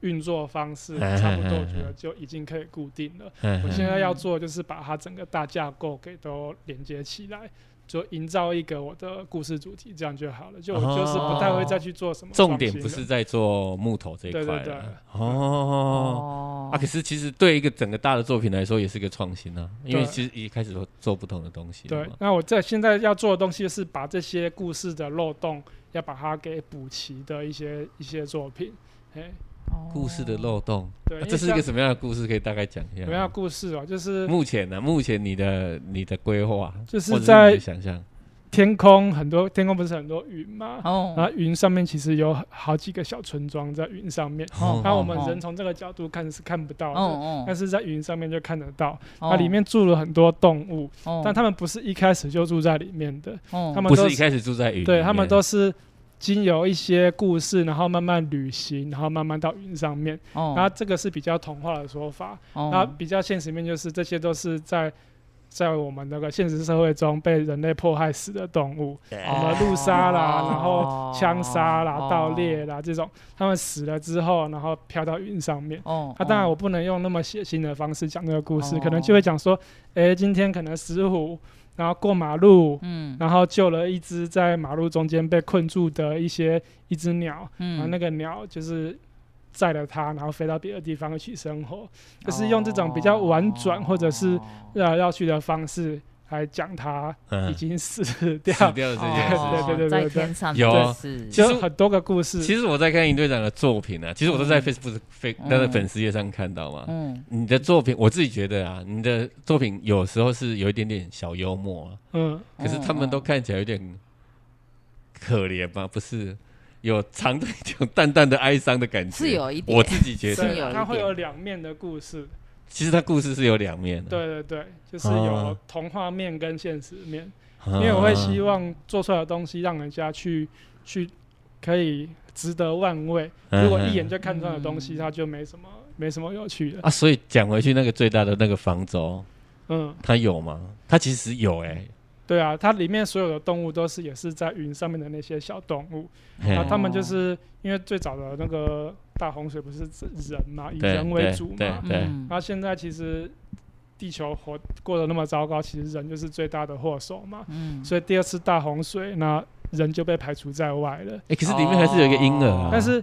Speaker 3: 运作方式差不多，我觉得就已经可以固定了。
Speaker 2: 嗯
Speaker 3: 我
Speaker 2: 嗯
Speaker 3: 现在要做的就是把它整个大架构给都连接起来，就营造一个我的故事主题，这样就好了。就我就是不太会再去做什么创
Speaker 2: 哦重点
Speaker 3: 新
Speaker 2: 不
Speaker 3: 了
Speaker 2: 是在做木头这一块了
Speaker 3: 对对对
Speaker 2: 哦。
Speaker 1: 哦
Speaker 2: 啊，可是其实对一个整个大的作品来说也是个创新啊，因为
Speaker 3: 对
Speaker 2: 其实一开始都做不同的东西了
Speaker 3: 对
Speaker 2: 嘛。，
Speaker 3: 那我在现在要做的东西就是把这些故事的漏洞要把它给补齐的一些一些作品。哎，
Speaker 2: 故事的漏洞，
Speaker 3: 对，
Speaker 2: 啊
Speaker 3: 因为
Speaker 2: 这是一
Speaker 3: 像
Speaker 2: 个什么嗯样的故事？可以大概讲一下
Speaker 3: 什么样
Speaker 2: 吗
Speaker 3: 的。故事哦、就是
Speaker 2: 目前呢、目前你的你的规划，
Speaker 3: 就是
Speaker 2: 或者
Speaker 3: 在
Speaker 2: 你的想象，
Speaker 3: 天空很多，天空不是很多云嘛？然
Speaker 1: 哦
Speaker 3: 后云上面其实有好几个小村庄在云上面，
Speaker 2: 哦
Speaker 3: 那我们
Speaker 1: 哦
Speaker 3: 人从这个角度看是看不到的。
Speaker 1: 哦
Speaker 3: 但
Speaker 1: 哦，
Speaker 3: 是在云上面就看得到，它
Speaker 1: 哦
Speaker 3: 啊里面住了很多动物，
Speaker 1: 哦
Speaker 3: 但他们不是一开始就住在里面的，
Speaker 1: 哦
Speaker 3: 他们
Speaker 2: 不
Speaker 3: 都
Speaker 2: 是一开始住在云里面，
Speaker 3: 对他们都是经由一些故事，然后慢慢旅行，然后慢慢到云上面。
Speaker 1: 哦
Speaker 3: 然后这个是比较童话的说法，
Speaker 1: 哦
Speaker 3: 那比较现实面就是这些都是在在我们那个现实社会中被人类迫害死的动物，
Speaker 2: 嗯
Speaker 3: 什么
Speaker 1: 哦
Speaker 3: 路杀啦，
Speaker 1: 哦
Speaker 3: 然后枪杀啦、
Speaker 1: 哦
Speaker 3: 盗猎啦这种，他们死了之后，然后飘到云上面。
Speaker 1: 哦
Speaker 3: 啊，当然我不能用那么血腥的方式讲这个故事，
Speaker 1: 哦
Speaker 3: 可能就会讲说，诶，今天可能石虎，然后过马路，
Speaker 1: 嗯
Speaker 3: 然后救了一只在马路中间被困住的一些一只鸟，然后
Speaker 1: 嗯
Speaker 3: 那个鸟就是载了它，然后飞到别的地方去生活，
Speaker 1: 哦
Speaker 3: 就是用这种比较婉转或者是
Speaker 2: 哦
Speaker 3: 绕来绕去的方式来讲它
Speaker 2: 嗯
Speaker 3: 已经 死掉，
Speaker 2: 死掉了这件事。
Speaker 1: 哦
Speaker 3: 对对对对
Speaker 1: 在
Speaker 3: 对
Speaker 1: 天上
Speaker 2: 有啊
Speaker 1: 的事
Speaker 2: 其实
Speaker 3: 就很多个故事。
Speaker 2: 其实我在看营队长的作品啊，其实我都在
Speaker 1: 嗯
Speaker 2: Facebook、f
Speaker 1: 嗯
Speaker 2: 那个粉丝页上看到嘛。
Speaker 1: 嗯
Speaker 2: 你的作品，我自己觉得啊，你的作品有时候是有一点点小幽默、啊，
Speaker 3: 嗯，
Speaker 2: 可是他们都看起来有点可怜吧？不是，有藏着一种淡淡的哀伤的感觉。
Speaker 1: 是，有一点
Speaker 2: 我自己觉
Speaker 1: 是
Speaker 2: 得，
Speaker 1: 有一
Speaker 3: 对，它会
Speaker 1: 点
Speaker 3: 有两面的故事。
Speaker 2: 其实他故事是有两面的。
Speaker 3: 对对对，就是
Speaker 2: 啊
Speaker 3: 有童话面跟现实面，
Speaker 2: 啊，
Speaker 3: 因为我会希望做出来的东西让人家去去可以值得玩味。
Speaker 2: 嗯，
Speaker 3: 如果
Speaker 2: 嗯
Speaker 3: 一眼就看穿的东西，
Speaker 1: 嗯
Speaker 3: 它就没什么没什么有趣的。
Speaker 2: 啊，所以讲回去那个最大的那个方舟，
Speaker 3: 嗯，
Speaker 2: 它有吗？它其实有哎、
Speaker 3: 对啊，它里面所有的动物都是也是在云上面的那些小动物，
Speaker 2: 嘿
Speaker 3: 然后啊它们就是因为最早的那个大洪水不是指人嘛，以
Speaker 2: 对
Speaker 3: 人为主
Speaker 2: 对
Speaker 3: 嘛，
Speaker 2: 对
Speaker 1: 嗯
Speaker 3: 然后现在其实地球活过得那么糟糕，其实人就是最大的祸首嘛。
Speaker 1: 嗯
Speaker 3: 所以第二次大洪水，那人就被排除在外了。
Speaker 2: 哎、可是里面还是有一个婴儿啊
Speaker 1: 哦。
Speaker 3: 但是，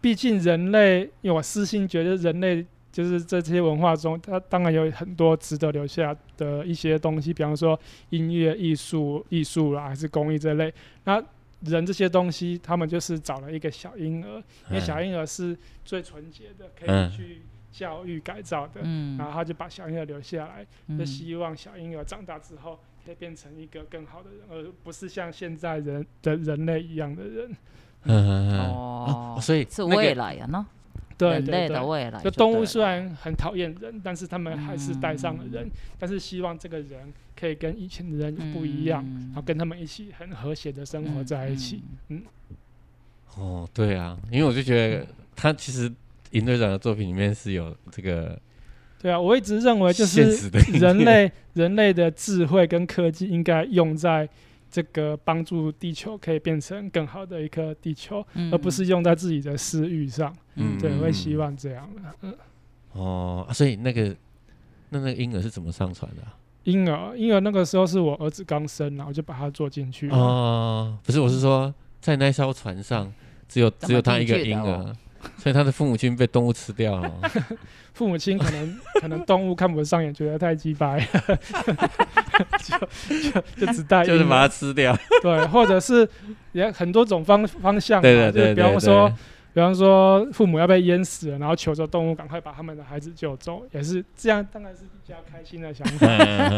Speaker 3: 毕竟人类，因为我私心觉得人类就是这些文化中，它当然有很多值得留下的一些东西，比方说音乐、艺术、艺术啦，还是工艺这类。那人这些东西，他们就是找了一个小婴儿，
Speaker 1: 嗯
Speaker 3: 因为小婴儿是最纯洁的，可
Speaker 2: 嗯
Speaker 3: 以去教育改造的。
Speaker 1: 嗯
Speaker 3: 然后他就把小婴儿留下来，啊就
Speaker 1: 嗯
Speaker 3: 希望小婴儿长大之后可以变成一个更好的人，而不是像现在人的人类一样的人。
Speaker 2: 嗯嗯嗯
Speaker 1: 哦
Speaker 2: 哦，所以
Speaker 1: 是
Speaker 2: 那个
Speaker 1: 未来呀呢，
Speaker 3: 对
Speaker 1: 人
Speaker 3: 对
Speaker 1: 类的
Speaker 3: 对。
Speaker 1: 未来就
Speaker 3: 就动物
Speaker 1: 对
Speaker 3: 虽
Speaker 1: 了
Speaker 3: 然很讨厌人，但是他们还是带上了人，
Speaker 1: 嗯
Speaker 3: 但是希望这个人可以跟以前的人不一样，
Speaker 1: 嗯
Speaker 3: 然后跟他们一起很和谐的生活在一起。，
Speaker 2: 哦，对啊，因为我就觉得他其实尹队长的作品里面是有这个
Speaker 3: 对啊，我一直认为就
Speaker 2: 现
Speaker 3: 是
Speaker 2: 实的一
Speaker 3: 人
Speaker 2: 面
Speaker 3: 类 人类的智慧跟科技应该用在这个帮助地球可以变成更好的一颗地球，
Speaker 1: 嗯
Speaker 3: 而不是用在自己的私欲上。
Speaker 2: 嗯
Speaker 3: 对，
Speaker 2: 嗯
Speaker 3: 我会希望这样的。嗯
Speaker 2: 哦、啊所以那个那那个婴儿是怎么上传的、啊？
Speaker 3: 婴儿，婴儿那个时候是我儿子刚生，然后就把他做进
Speaker 1: 嗯
Speaker 3: 去。
Speaker 2: 哦，不是，我是说在那艘船上只有
Speaker 1: 怎么
Speaker 2: 只有他一个
Speaker 1: 进去
Speaker 2: 婴
Speaker 1: 的
Speaker 2: 儿，
Speaker 1: 哦
Speaker 2: 所以他的父母亲被动物吃掉哦 了。
Speaker 3: 父母亲可能可能动物看不上眼，觉得太鸡掰， 就只 带
Speaker 2: 就是
Speaker 3: 鹰
Speaker 2: 把
Speaker 3: 了
Speaker 2: 它吃 掉。
Speaker 3: 对，或者是也很多种方方向嘛，
Speaker 2: 对对
Speaker 3: 就是
Speaker 2: 对
Speaker 3: 比
Speaker 2: 对
Speaker 3: 方
Speaker 2: 对
Speaker 3: 说。比方说，父母要被淹死了，然后求着动物赶快把他们的孩子救走，也是这样，当然是比较开心的想法。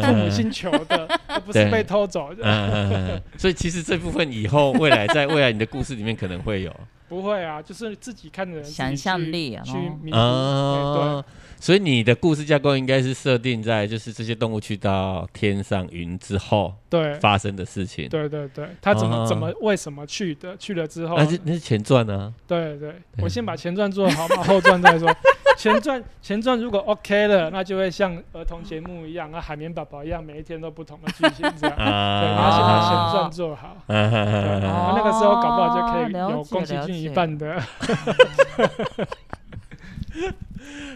Speaker 3: 父母
Speaker 2: 嗯
Speaker 3: 亲求的，而不
Speaker 2: 对
Speaker 3: 是被偷走，
Speaker 2: 嗯嗯嗯，所以其实这部分以后未来在未来你的故事里面可能会有
Speaker 3: 不会啊，就是自己看的人自己
Speaker 1: 想象
Speaker 3: 去
Speaker 1: 力啊
Speaker 3: 去
Speaker 1: 哦
Speaker 3: 弥补。哎
Speaker 2: 哦，所以你的故事架构应该是设定在就是这些动物去到天上云之后
Speaker 3: 哎对
Speaker 2: 发生的事情。啊
Speaker 3: 对对对，他怎么
Speaker 2: 哦
Speaker 3: 怎么为什么去的？去了之后，
Speaker 2: 那是那是前传啊，
Speaker 3: 对对，
Speaker 2: 对
Speaker 3: 我先把前传做好嘛，后传再说。 前传前传如果 OK 了，那就会像儿童节目一样，那海绵宝宝一样，每一天都不同的剧情 这样。 对，然后先把
Speaker 2: 啊，
Speaker 3: 前传做好。
Speaker 2: 嗯嗯
Speaker 3: 对，
Speaker 2: 嗯嗯
Speaker 3: 然
Speaker 2: 嗯
Speaker 3: 后那个时候搞不好就可以
Speaker 1: 哦了
Speaker 3: 有
Speaker 1: 解
Speaker 3: 宫崎
Speaker 1: 了
Speaker 3: 骏一
Speaker 1: 解
Speaker 3: 半
Speaker 2: 哦
Speaker 3: 的，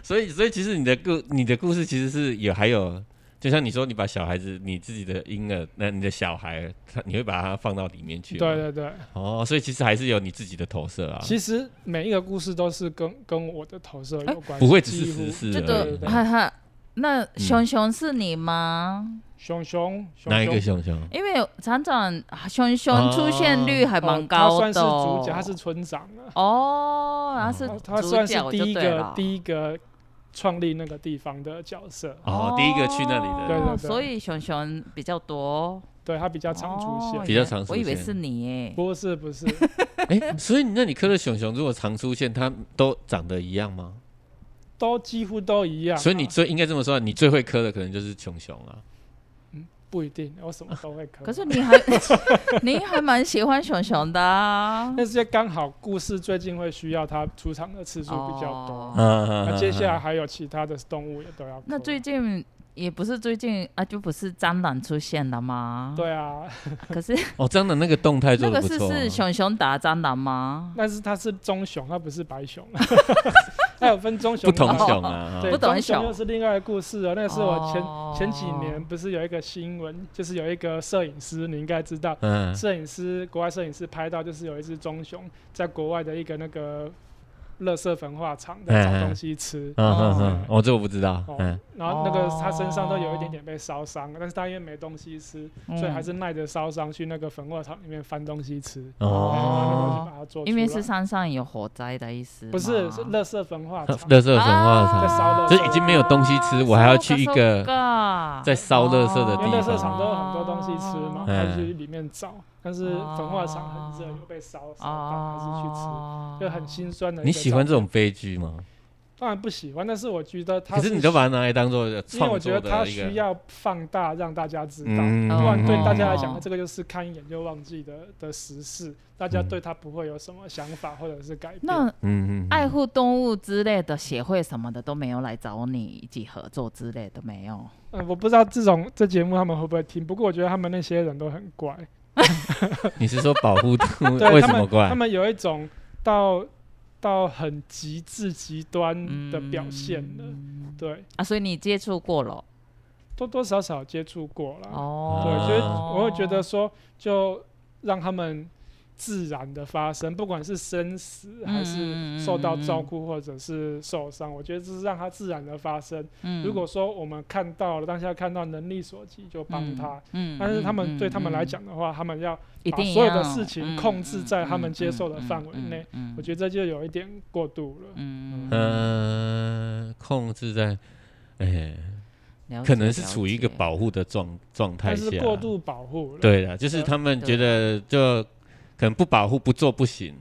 Speaker 2: 所以，所以其实你的故你的故事其实是有还有，就像你说，你把小孩子你自己的婴儿，那你的小孩，他你会把他放到里面去。
Speaker 3: 对。对对。
Speaker 2: 哦，所以其实还是有你自己的投射啊，
Speaker 3: 其实每一个故事都是跟跟我的投射有关系，
Speaker 2: 哎不会只是呃
Speaker 3: 几乎
Speaker 2: 实事
Speaker 1: 这
Speaker 2: 而已
Speaker 1: 个
Speaker 3: 对
Speaker 1: 哈哈，那熊熊是你吗？
Speaker 3: 熊熊，熊
Speaker 2: 哪一个
Speaker 3: 熊
Speaker 2: 熊熊？
Speaker 1: 因为厂长啊熊熊出现率还蛮高
Speaker 3: 哦他算
Speaker 1: 的
Speaker 3: 是
Speaker 1: 哦、
Speaker 3: 主角，他是村长啊，
Speaker 1: 哦，他是
Speaker 2: 哦
Speaker 3: 他算是第一个
Speaker 1: 一
Speaker 3: 第一个创立那个地方的角色，
Speaker 2: 哦，第一个去那里
Speaker 3: 对
Speaker 2: 的，
Speaker 3: 对对
Speaker 1: 所以熊熊比较多，
Speaker 3: 对他比较常出
Speaker 1: 哦
Speaker 3: 现。
Speaker 2: 比较常出
Speaker 1: 我以为
Speaker 2: 现
Speaker 1: 是你耶，
Speaker 3: 不是不是，
Speaker 2: 哎，所以你那你科的熊熊如果常出现，它都长得一样吗？
Speaker 3: 都几乎都一 样啊。
Speaker 2: 所以你最应该这么说，你最会科的可能就是熊熊啊。
Speaker 3: 不一定，我什么都会磕。
Speaker 1: 可是你还 你还蛮喜欢熊熊的啊。
Speaker 3: 那些刚好故事最近会需要他出场的次数比较
Speaker 1: 哦
Speaker 3: 多。
Speaker 2: 嗯
Speaker 3: 那啊接下来还有其他的动物也都要磕。
Speaker 1: 那最近也不是最近啊，就不是蟑螂出现了吗？。
Speaker 3: 对啊，
Speaker 1: 可 是
Speaker 2: 哦，真的那个动态
Speaker 1: 那
Speaker 2: 做
Speaker 1: 个
Speaker 2: 的不
Speaker 1: 是
Speaker 2: 错啊。
Speaker 1: 是熊熊打蟑螂吗？
Speaker 3: 但是它是棕熊，它不是白 熊。它有分棕熊
Speaker 2: 不
Speaker 3: 跟
Speaker 2: 同
Speaker 3: 白熊。
Speaker 2: 熊啊，
Speaker 3: 对，
Speaker 1: 不懂
Speaker 3: 棕
Speaker 1: 小
Speaker 3: 熊又是另外的故事了。那是我前、
Speaker 1: 哦
Speaker 3: 前几年不是有一个新闻，就是有一个摄影师，你应该知道，
Speaker 2: 嗯，
Speaker 3: 摄影师国外摄影师拍到就是有一只棕熊在国外的一个那个垃圾焚化厂在
Speaker 2: 嗯嗯
Speaker 3: 找东西吃。
Speaker 2: 嗯嗯嗯，我这我不知道，嗯
Speaker 3: 哦，然后那个他身上都有一点点被烧伤，但是他因为没东西吃，
Speaker 1: 哦
Speaker 3: 所以
Speaker 1: 嗯
Speaker 3: 还是耐着烧伤去那个焚化厂里面翻东西吃，
Speaker 2: 哦
Speaker 3: 然。后拿东西把它做出来。
Speaker 1: 因为是山上哦有火灾的意思吗，
Speaker 3: 不是是垃圾焚 化厂？
Speaker 2: 垃圾焚化
Speaker 3: 在
Speaker 2: 厂，
Speaker 3: 烧垃圾
Speaker 2: 这已经没有东西吃我还要去一个在烧垃圾的
Speaker 3: 因为
Speaker 2: 地
Speaker 3: 垃
Speaker 2: 方
Speaker 3: 圾场都有很多东西吃
Speaker 1: 哦
Speaker 3: 嘛，
Speaker 2: 嗯
Speaker 3: 他就去里面找。但是焚化厂很热，又被烧烧到，还是去
Speaker 1: 哦
Speaker 3: 吃，就很
Speaker 1: 新。
Speaker 3: 心酸的。
Speaker 2: 你喜欢这？种悲剧吗？
Speaker 3: 当然不喜欢，但是我觉得他
Speaker 2: 可是你都把它拿来当做
Speaker 3: 因为
Speaker 2: 创
Speaker 3: 我觉
Speaker 2: 作
Speaker 3: 得他
Speaker 2: 的一
Speaker 3: 需
Speaker 2: 个，
Speaker 3: 要放大让大家知道，
Speaker 2: 嗯
Speaker 3: 不然对大
Speaker 1: 嗯
Speaker 3: 家来
Speaker 1: 哦
Speaker 3: 讲，这个就是看一眼就忘记的的时事，大家
Speaker 2: 嗯
Speaker 3: 对他不会有什么想法或者是改变。
Speaker 1: 那
Speaker 2: 嗯嗯，
Speaker 1: 爱护动物之类的协会什么的都没有来找你一起合作之类的没有。
Speaker 3: 嗯，我不知道这种这节目他们会不会听，不过我觉得他们那些人都很怪，
Speaker 2: 你是说保护动物？
Speaker 3: 对
Speaker 2: 为
Speaker 3: 他
Speaker 2: 什
Speaker 3: 们
Speaker 2: 么
Speaker 3: 他
Speaker 2: 怪？
Speaker 3: 们有一种到到很极致极端的表现了，
Speaker 1: 嗯
Speaker 3: 对，
Speaker 1: 啊，所以你接触过了
Speaker 3: 多多少少接触过了。
Speaker 1: 哦
Speaker 3: 对，
Speaker 2: 啊
Speaker 3: 就是我会觉得说，就让他们自然的发生，不管是生死还
Speaker 1: 嗯嗯嗯
Speaker 3: 是受到照顾或者是受伤，我觉得这是让它自然的发生。
Speaker 1: 嗯
Speaker 3: 如果说我们看到了当下看到能力所及，就帮他。，
Speaker 1: 嗯嗯
Speaker 3: 但是他
Speaker 1: 嗯
Speaker 3: 们
Speaker 1: 嗯
Speaker 3: 对他们来
Speaker 1: 嗯
Speaker 3: 讲的话，他们要
Speaker 1: 一
Speaker 3: 把
Speaker 1: 定
Speaker 3: 所有
Speaker 1: 要
Speaker 3: 的事情控制在他们接受的范围内，
Speaker 1: 嗯
Speaker 3: 我觉得这就有一点过度了。
Speaker 1: 嗯嗯
Speaker 2: 嗯，控制在，哎，
Speaker 1: 嗯，
Speaker 2: 可能是处于一个
Speaker 1: 保。
Speaker 2: 保护的状状态
Speaker 3: 但
Speaker 2: 下
Speaker 3: 是，过度保护了，
Speaker 2: 对了，就是他们觉得就可能不保护不做不行，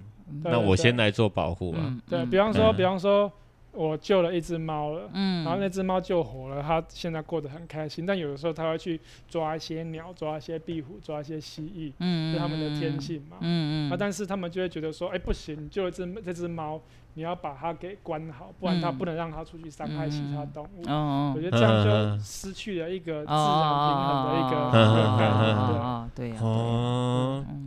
Speaker 3: 对
Speaker 2: 那我先
Speaker 3: 对
Speaker 2: 来做保护啊，
Speaker 3: 对，比方说，
Speaker 2: 嗯
Speaker 3: 比方说，我救了一只猫了。
Speaker 1: 嗯，
Speaker 3: 然后那只猫救活了，它现在过得很开心。但有的时候它会去抓一些鸟、抓一些壁虎、抓一些蜥蜴，
Speaker 1: 嗯
Speaker 3: 这是它们的天，性嘛。
Speaker 1: 嗯嗯，
Speaker 3: 啊，但是它们就会觉得说，哎、不行，你救了这这只猫，你要把它给关好，不然它
Speaker 1: 嗯
Speaker 3: 不能让它出去伤害其他动物。
Speaker 1: 嗯
Speaker 3: 我
Speaker 1: 嗯，
Speaker 3: 觉得这样
Speaker 2: 嗯嗯嗯
Speaker 3: 就失去了一个自然
Speaker 1: 哦
Speaker 3: 平衡的一个
Speaker 2: 嗯嗯嗯
Speaker 3: 对对
Speaker 1: 对
Speaker 3: 对
Speaker 1: 呀，
Speaker 2: 哦。
Speaker 1: 嗯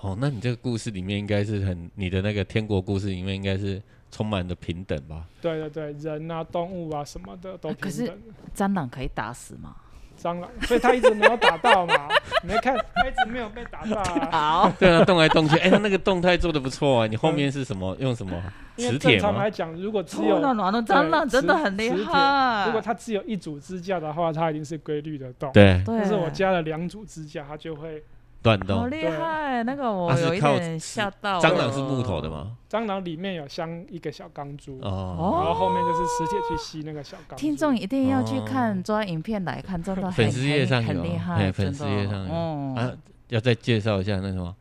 Speaker 2: 哦，那你这个故事里面应该是很，你的那个天国故事里面应该是充满了平等吧？
Speaker 3: 对对对，人啊、动物啊什么的都
Speaker 1: 可
Speaker 3: 平
Speaker 1: 是
Speaker 3: 等。
Speaker 1: 蟑螂可以打死吗？
Speaker 3: 蟑螂，所以他一直没有打到嘛。你没看，他一直没有被打 到啊。
Speaker 1: 好，
Speaker 2: 对啊，动来动去，哎、他那个动态做的不错啊。你后面是什么？用什么
Speaker 3: 因
Speaker 2: 磁
Speaker 3: 为
Speaker 2: 铁
Speaker 3: 正常
Speaker 2: 吗？
Speaker 3: 来讲，如果只
Speaker 1: 冲
Speaker 3: 有
Speaker 1: 浪暖的蟑螂真的很厉
Speaker 3: 磁铁
Speaker 1: 害。
Speaker 3: 如果它只有一组支架的话，它一定是规律的动。，
Speaker 2: 对，
Speaker 1: 对，
Speaker 3: 但是我加了两组支架，它就会
Speaker 2: 断
Speaker 1: 好
Speaker 2: 动。
Speaker 1: 厉害，那个我
Speaker 2: 它是
Speaker 1: 有一
Speaker 2: 靠
Speaker 1: 点吓到。
Speaker 2: 蟑螂是木头的？吗？
Speaker 3: 蟑螂里面有镶一个小钢珠，
Speaker 2: 哦，
Speaker 3: 然后后面就是磁铁去吸那个小钢珠。
Speaker 1: 听众一定要去
Speaker 2: 哦
Speaker 1: 看抓影片来看，真的很
Speaker 2: 粉丝页上有
Speaker 1: 很厉害，
Speaker 2: 哎粉丝页上有
Speaker 1: 哦，
Speaker 2: 啊，要再介绍一下那什么，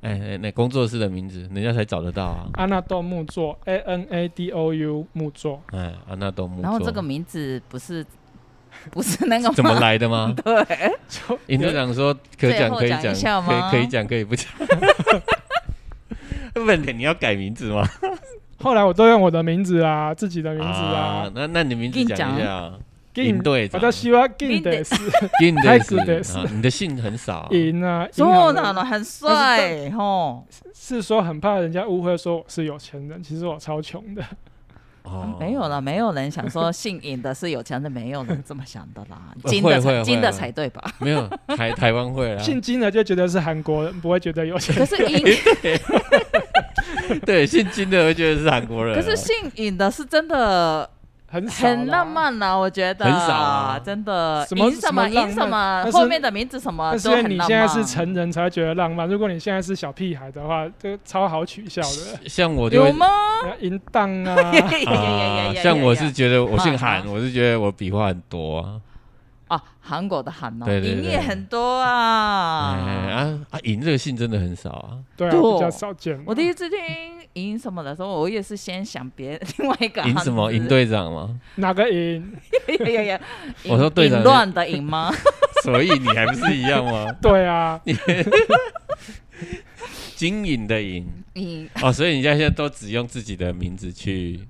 Speaker 2: 哎、哎那工作室的名字，人家才找得到啊。
Speaker 3: 安纳豆木座 A N A D O U 木座，
Speaker 2: 哎，安纳多木
Speaker 1: 然后这个
Speaker 2: 座
Speaker 1: 名字不是不是那个吗
Speaker 2: 怎么？来 的吗？
Speaker 1: 对，
Speaker 3: 就
Speaker 2: 尹队长说可
Speaker 1: 最
Speaker 2: 讲
Speaker 1: 后
Speaker 2: 可以
Speaker 1: 讲一
Speaker 2: 讲，
Speaker 1: 下
Speaker 2: 可以
Speaker 1: 吗
Speaker 2: 可以讲可以不讲。 问题你要改名字吗？
Speaker 3: 后来我都用我的名字啊，自己的名字啊，
Speaker 2: 那那你名字讲一下啊。尹队
Speaker 3: 我
Speaker 2: 长
Speaker 3: 叫，希望 Gin 的是
Speaker 2: 尹队
Speaker 3: 太
Speaker 2: 是
Speaker 3: 子的是
Speaker 2: 啊，你的姓很少啊。
Speaker 3: 赢啊，银
Speaker 1: 说
Speaker 3: 行
Speaker 1: 的
Speaker 3: 的
Speaker 1: 呢很帅吼，
Speaker 3: 是说很怕人家误会说我是有钱人，其实我超穷的。
Speaker 2: 哦
Speaker 1: 没有了，没有人想说姓尹的是有钱的，没有人 这么想的啦，
Speaker 2: 呃
Speaker 1: 金的
Speaker 2: 会会
Speaker 1: 才金的
Speaker 2: 会
Speaker 1: 才对吧？
Speaker 2: 没有台台湾会啊，
Speaker 3: 姓金的就觉得是韩国人，不会觉得有钱。
Speaker 1: 可是尹，
Speaker 2: 对姓金的，我觉得是韩国人啊。
Speaker 1: 可是姓尹的是真的
Speaker 3: 很少啦
Speaker 1: 很浪，漫呐、我觉得
Speaker 2: 很少啊
Speaker 1: 真的
Speaker 3: 什么
Speaker 1: 赢什么
Speaker 3: 什么浪漫
Speaker 1: 赢什么
Speaker 3: 但，是
Speaker 1: 后面的名字什么
Speaker 3: 但是
Speaker 1: 啊都
Speaker 3: 因为
Speaker 1: 很
Speaker 3: 你
Speaker 1: 浪
Speaker 3: 现在
Speaker 1: 漫。
Speaker 3: 是成人才会觉得浪漫，如果你现在是小屁孩的话，这个超好取 笑的。
Speaker 2: 像我就
Speaker 1: 有
Speaker 2: 会
Speaker 1: 吗？
Speaker 3: 那淫荡啊，
Speaker 2: 啊，像我是觉得我姓韩，
Speaker 1: 啊
Speaker 2: 我是觉得我笔画很多啊。
Speaker 1: 啊，韩国的韩哦，
Speaker 2: 对对对
Speaker 1: 营业很多
Speaker 2: 哎
Speaker 1: 啊。
Speaker 2: 啊啊，尹这个姓真的很少啊。
Speaker 3: 对 啊，
Speaker 1: 对哦
Speaker 3: 比较少见。
Speaker 1: 我第一次听赢什么的时候，我也是先想别 另外一个
Speaker 2: 尹什么？尹
Speaker 1: 赢，
Speaker 2: 队长吗？
Speaker 3: 哪个赢？
Speaker 1: 呀呀呀
Speaker 2: 我说队长
Speaker 1: 淫乱的淫吗？
Speaker 2: 所以你还不是一样吗？
Speaker 3: 对啊，
Speaker 2: 金银的银
Speaker 1: 淫
Speaker 2: 哦，所以你现在都只用自己的名字去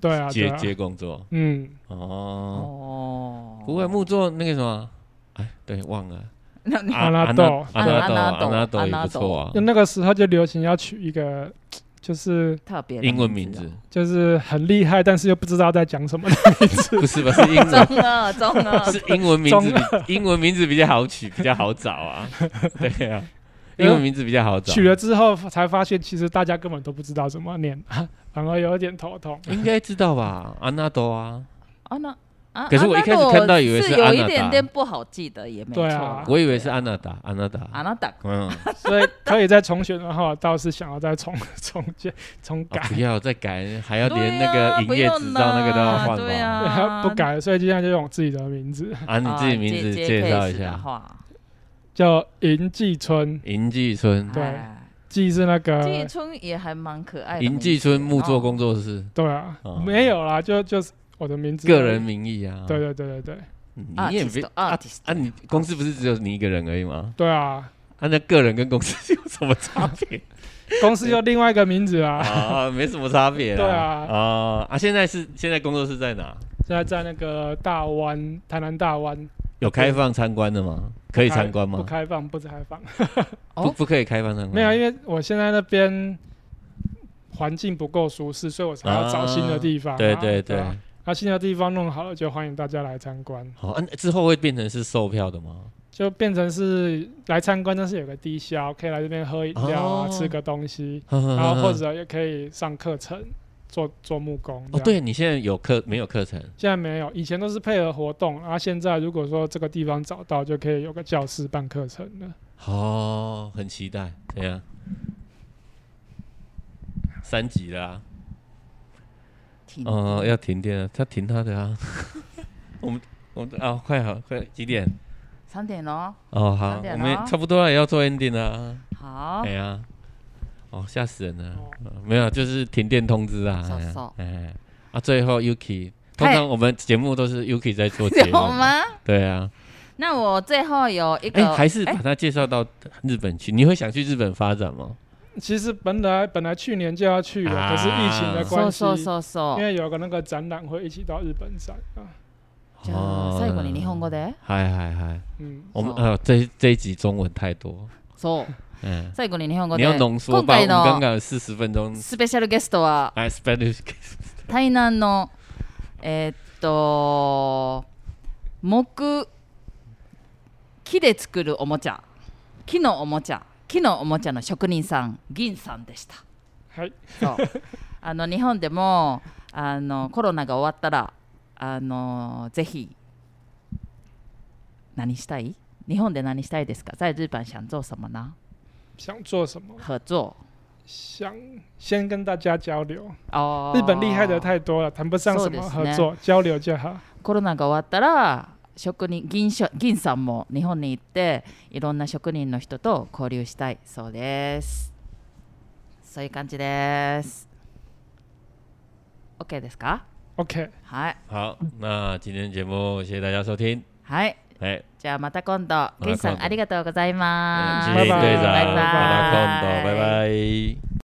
Speaker 3: 对啊，对
Speaker 2: 接
Speaker 3: 啊。
Speaker 2: 接工作
Speaker 3: 嗯，
Speaker 1: 어.
Speaker 2: 哦。
Speaker 1: 哦，
Speaker 2: 不会木作那个什么，哎，对，忘了。
Speaker 1: 那你
Speaker 2: 阿
Speaker 3: 阿拉豆
Speaker 2: 阿拉豆，
Speaker 1: 阿拉
Speaker 2: 阿
Speaker 1: 豆
Speaker 2: 拉豆
Speaker 1: 阿
Speaker 2: 嗯也
Speaker 1: 拉
Speaker 2: 不错啊
Speaker 3: 就。那个时候就流行要取一个，就是
Speaker 1: 特别的
Speaker 2: 英文名 字
Speaker 3: 就是很厉害，但是又不知道在讲什么的名字。
Speaker 2: 不是吧？是英
Speaker 1: 哦，
Speaker 2: 文，
Speaker 1: 中了中了，
Speaker 2: 是英文名字比英文名字比较好取，比较好找 啊。对啊，英文名字比较好找。
Speaker 3: 取了之后才发现，其实大家根本都不知道怎么念，啊反而有点 头痛。
Speaker 2: 应该知道吧？安纳多啊，
Speaker 1: 啊那啊，
Speaker 2: 可是我一开始看到以为是
Speaker 1: 是
Speaker 2: 安娜达
Speaker 1: 有一点点不好记得，也没错
Speaker 3: 对啊
Speaker 1: 啦。
Speaker 2: 我以为是安娜达，安娜达。
Speaker 1: 安娜达，
Speaker 2: 嗯，
Speaker 3: 所以可以再重选的话，我倒是想要再重重建重
Speaker 2: 啊
Speaker 3: 改，
Speaker 2: 不要再改，还要
Speaker 1: 对啊
Speaker 2: 连那个营业执照那个都要换
Speaker 1: 对
Speaker 2: 吗？
Speaker 1: 啊，
Speaker 3: 不改了，所以现在就用我自己的名字，
Speaker 2: 啊，你自己名字介绍一下，
Speaker 3: 叫银季春，
Speaker 2: 银季
Speaker 1: 음.
Speaker 2: 春，
Speaker 3: 对
Speaker 1: 哎
Speaker 3: 季是那
Speaker 1: 季
Speaker 3: 个
Speaker 1: 春也还蛮可爱的名字。
Speaker 2: 银季春木作工作室，
Speaker 3: 对啊
Speaker 2: 哦，
Speaker 3: 没有啦，就就是我的名字，
Speaker 2: 个人，名义啊。
Speaker 3: 对对对对对
Speaker 2: 嗯，
Speaker 1: 啊，
Speaker 2: 你也别啊
Speaker 1: artist，artist
Speaker 2: 啊，你公司不是只有你一个人而已吗？
Speaker 3: 对啊，
Speaker 2: 啊，那个人跟公司有什么差别
Speaker 3: 公司有另外一个名字啊，
Speaker 2: 啊？没什么差别
Speaker 3: 对
Speaker 2: 啊
Speaker 3: 啊。
Speaker 2: 啊啊，现在是现在工作室在哪？
Speaker 3: 现在在那个大湾，台南大湾，
Speaker 2: 有开放参观的吗？可以参观
Speaker 3: 不
Speaker 2: 吗？嗯
Speaker 3: 开放，不开放，
Speaker 1: 哦
Speaker 2: 不不可以开放参观。
Speaker 3: 没有，因为我现在那边环境不够舒适，所以我才要找新的地方啊，
Speaker 2: 对对对
Speaker 3: 对。啊，那新的地方弄好了，就欢迎大家来参观。
Speaker 2: 好，啊之后会变成是售票的 吗？
Speaker 3: 就变成是来参观，但是有个低消，可以来这边喝饮料
Speaker 2: 哦
Speaker 3: 啊，吃个东西，
Speaker 2: 然
Speaker 3: 然后或者也可以上课程，做做木工。
Speaker 2: 嗯哦，，对你现在有课没有课程？
Speaker 3: 现在没有，以前都是配合活动，然后现在如果说这个地方找到，就可以有个教室办课程了。
Speaker 2: 哦，很期待，怎样？三级了、啊，
Speaker 1: 挺
Speaker 2: 哦、要停电了，他停他的啊。 我们我们啊，快好，快几点？
Speaker 1: 三点哦，
Speaker 2: 哦，好，
Speaker 1: 三点
Speaker 2: 我
Speaker 1: 了
Speaker 2: 们也差不多了，也要做 ending 了啊。
Speaker 1: 好
Speaker 2: 哎，呀，哦，吓死人了
Speaker 3: 哦、
Speaker 2: 呃没有，就是停电通知啊。
Speaker 1: 少
Speaker 2: 哎呀
Speaker 1: 少
Speaker 2: 哎呀啊，最后 Yuki，通
Speaker 1: 嗨
Speaker 2: 常我们节目都是 Yuki 在 做节目
Speaker 1: 有，吗？
Speaker 2: 对啊。
Speaker 1: 那我最后有一
Speaker 2: 哎、
Speaker 1: 个，
Speaker 2: 还是
Speaker 1: 哎
Speaker 2: 把他介绍到日本去，你会想去日本发展吗？
Speaker 3: 其实本来本来去年就要去了，
Speaker 2: 啊
Speaker 3: 可是疫情的
Speaker 1: 说
Speaker 3: 关系，
Speaker 1: 啊说说说
Speaker 3: 因，为有个那个展览会一起到日本展啊。
Speaker 1: じゃあ最後に日本語で。
Speaker 2: 哦嗨嗨嗨，
Speaker 3: 嗯，
Speaker 2: 我们
Speaker 1: そう
Speaker 2: 呃这这一集中文太多，
Speaker 1: そう、
Speaker 2: 嗯，
Speaker 1: 最後に日本語
Speaker 2: 你
Speaker 1: で。
Speaker 2: 要浓缩吧？我
Speaker 1: 今回
Speaker 2: 们
Speaker 1: の
Speaker 2: 刚刚有四十分钟，
Speaker 1: スペシャルゲストは。
Speaker 2: 哎，Spanish，
Speaker 1: 台南のえーっと木木で作るおもちゃ木のおもちゃ木のおもちゃの職人さん銀さんでした
Speaker 3: はい。
Speaker 1: そうあの日本でもあのコロナが終わったらあのぜひ何したい日本で何したいですか在日本想做什么呢
Speaker 3: 想做什么？
Speaker 1: 合作
Speaker 3: 想先跟大家交流。
Speaker 1: 哦
Speaker 3: 日本厉害的太多了，谈不上什么合作，交流就好。
Speaker 1: コロナが終わったら職人銀しょ銀さんも日本に行っていろんな職人の人と交流したいそうですそういう感じです OK ですか
Speaker 3: OK，
Speaker 1: はい
Speaker 2: 好，那今天节目谢谢大家收听，
Speaker 1: はい
Speaker 2: 哎，
Speaker 1: じゃあまた今度銀さん
Speaker 2: また今度
Speaker 1: ありがとうございます
Speaker 2: 谢谢
Speaker 3: 啊拜拜
Speaker 2: 队长，
Speaker 1: 拜拜
Speaker 2: 马达空斗，拜拜。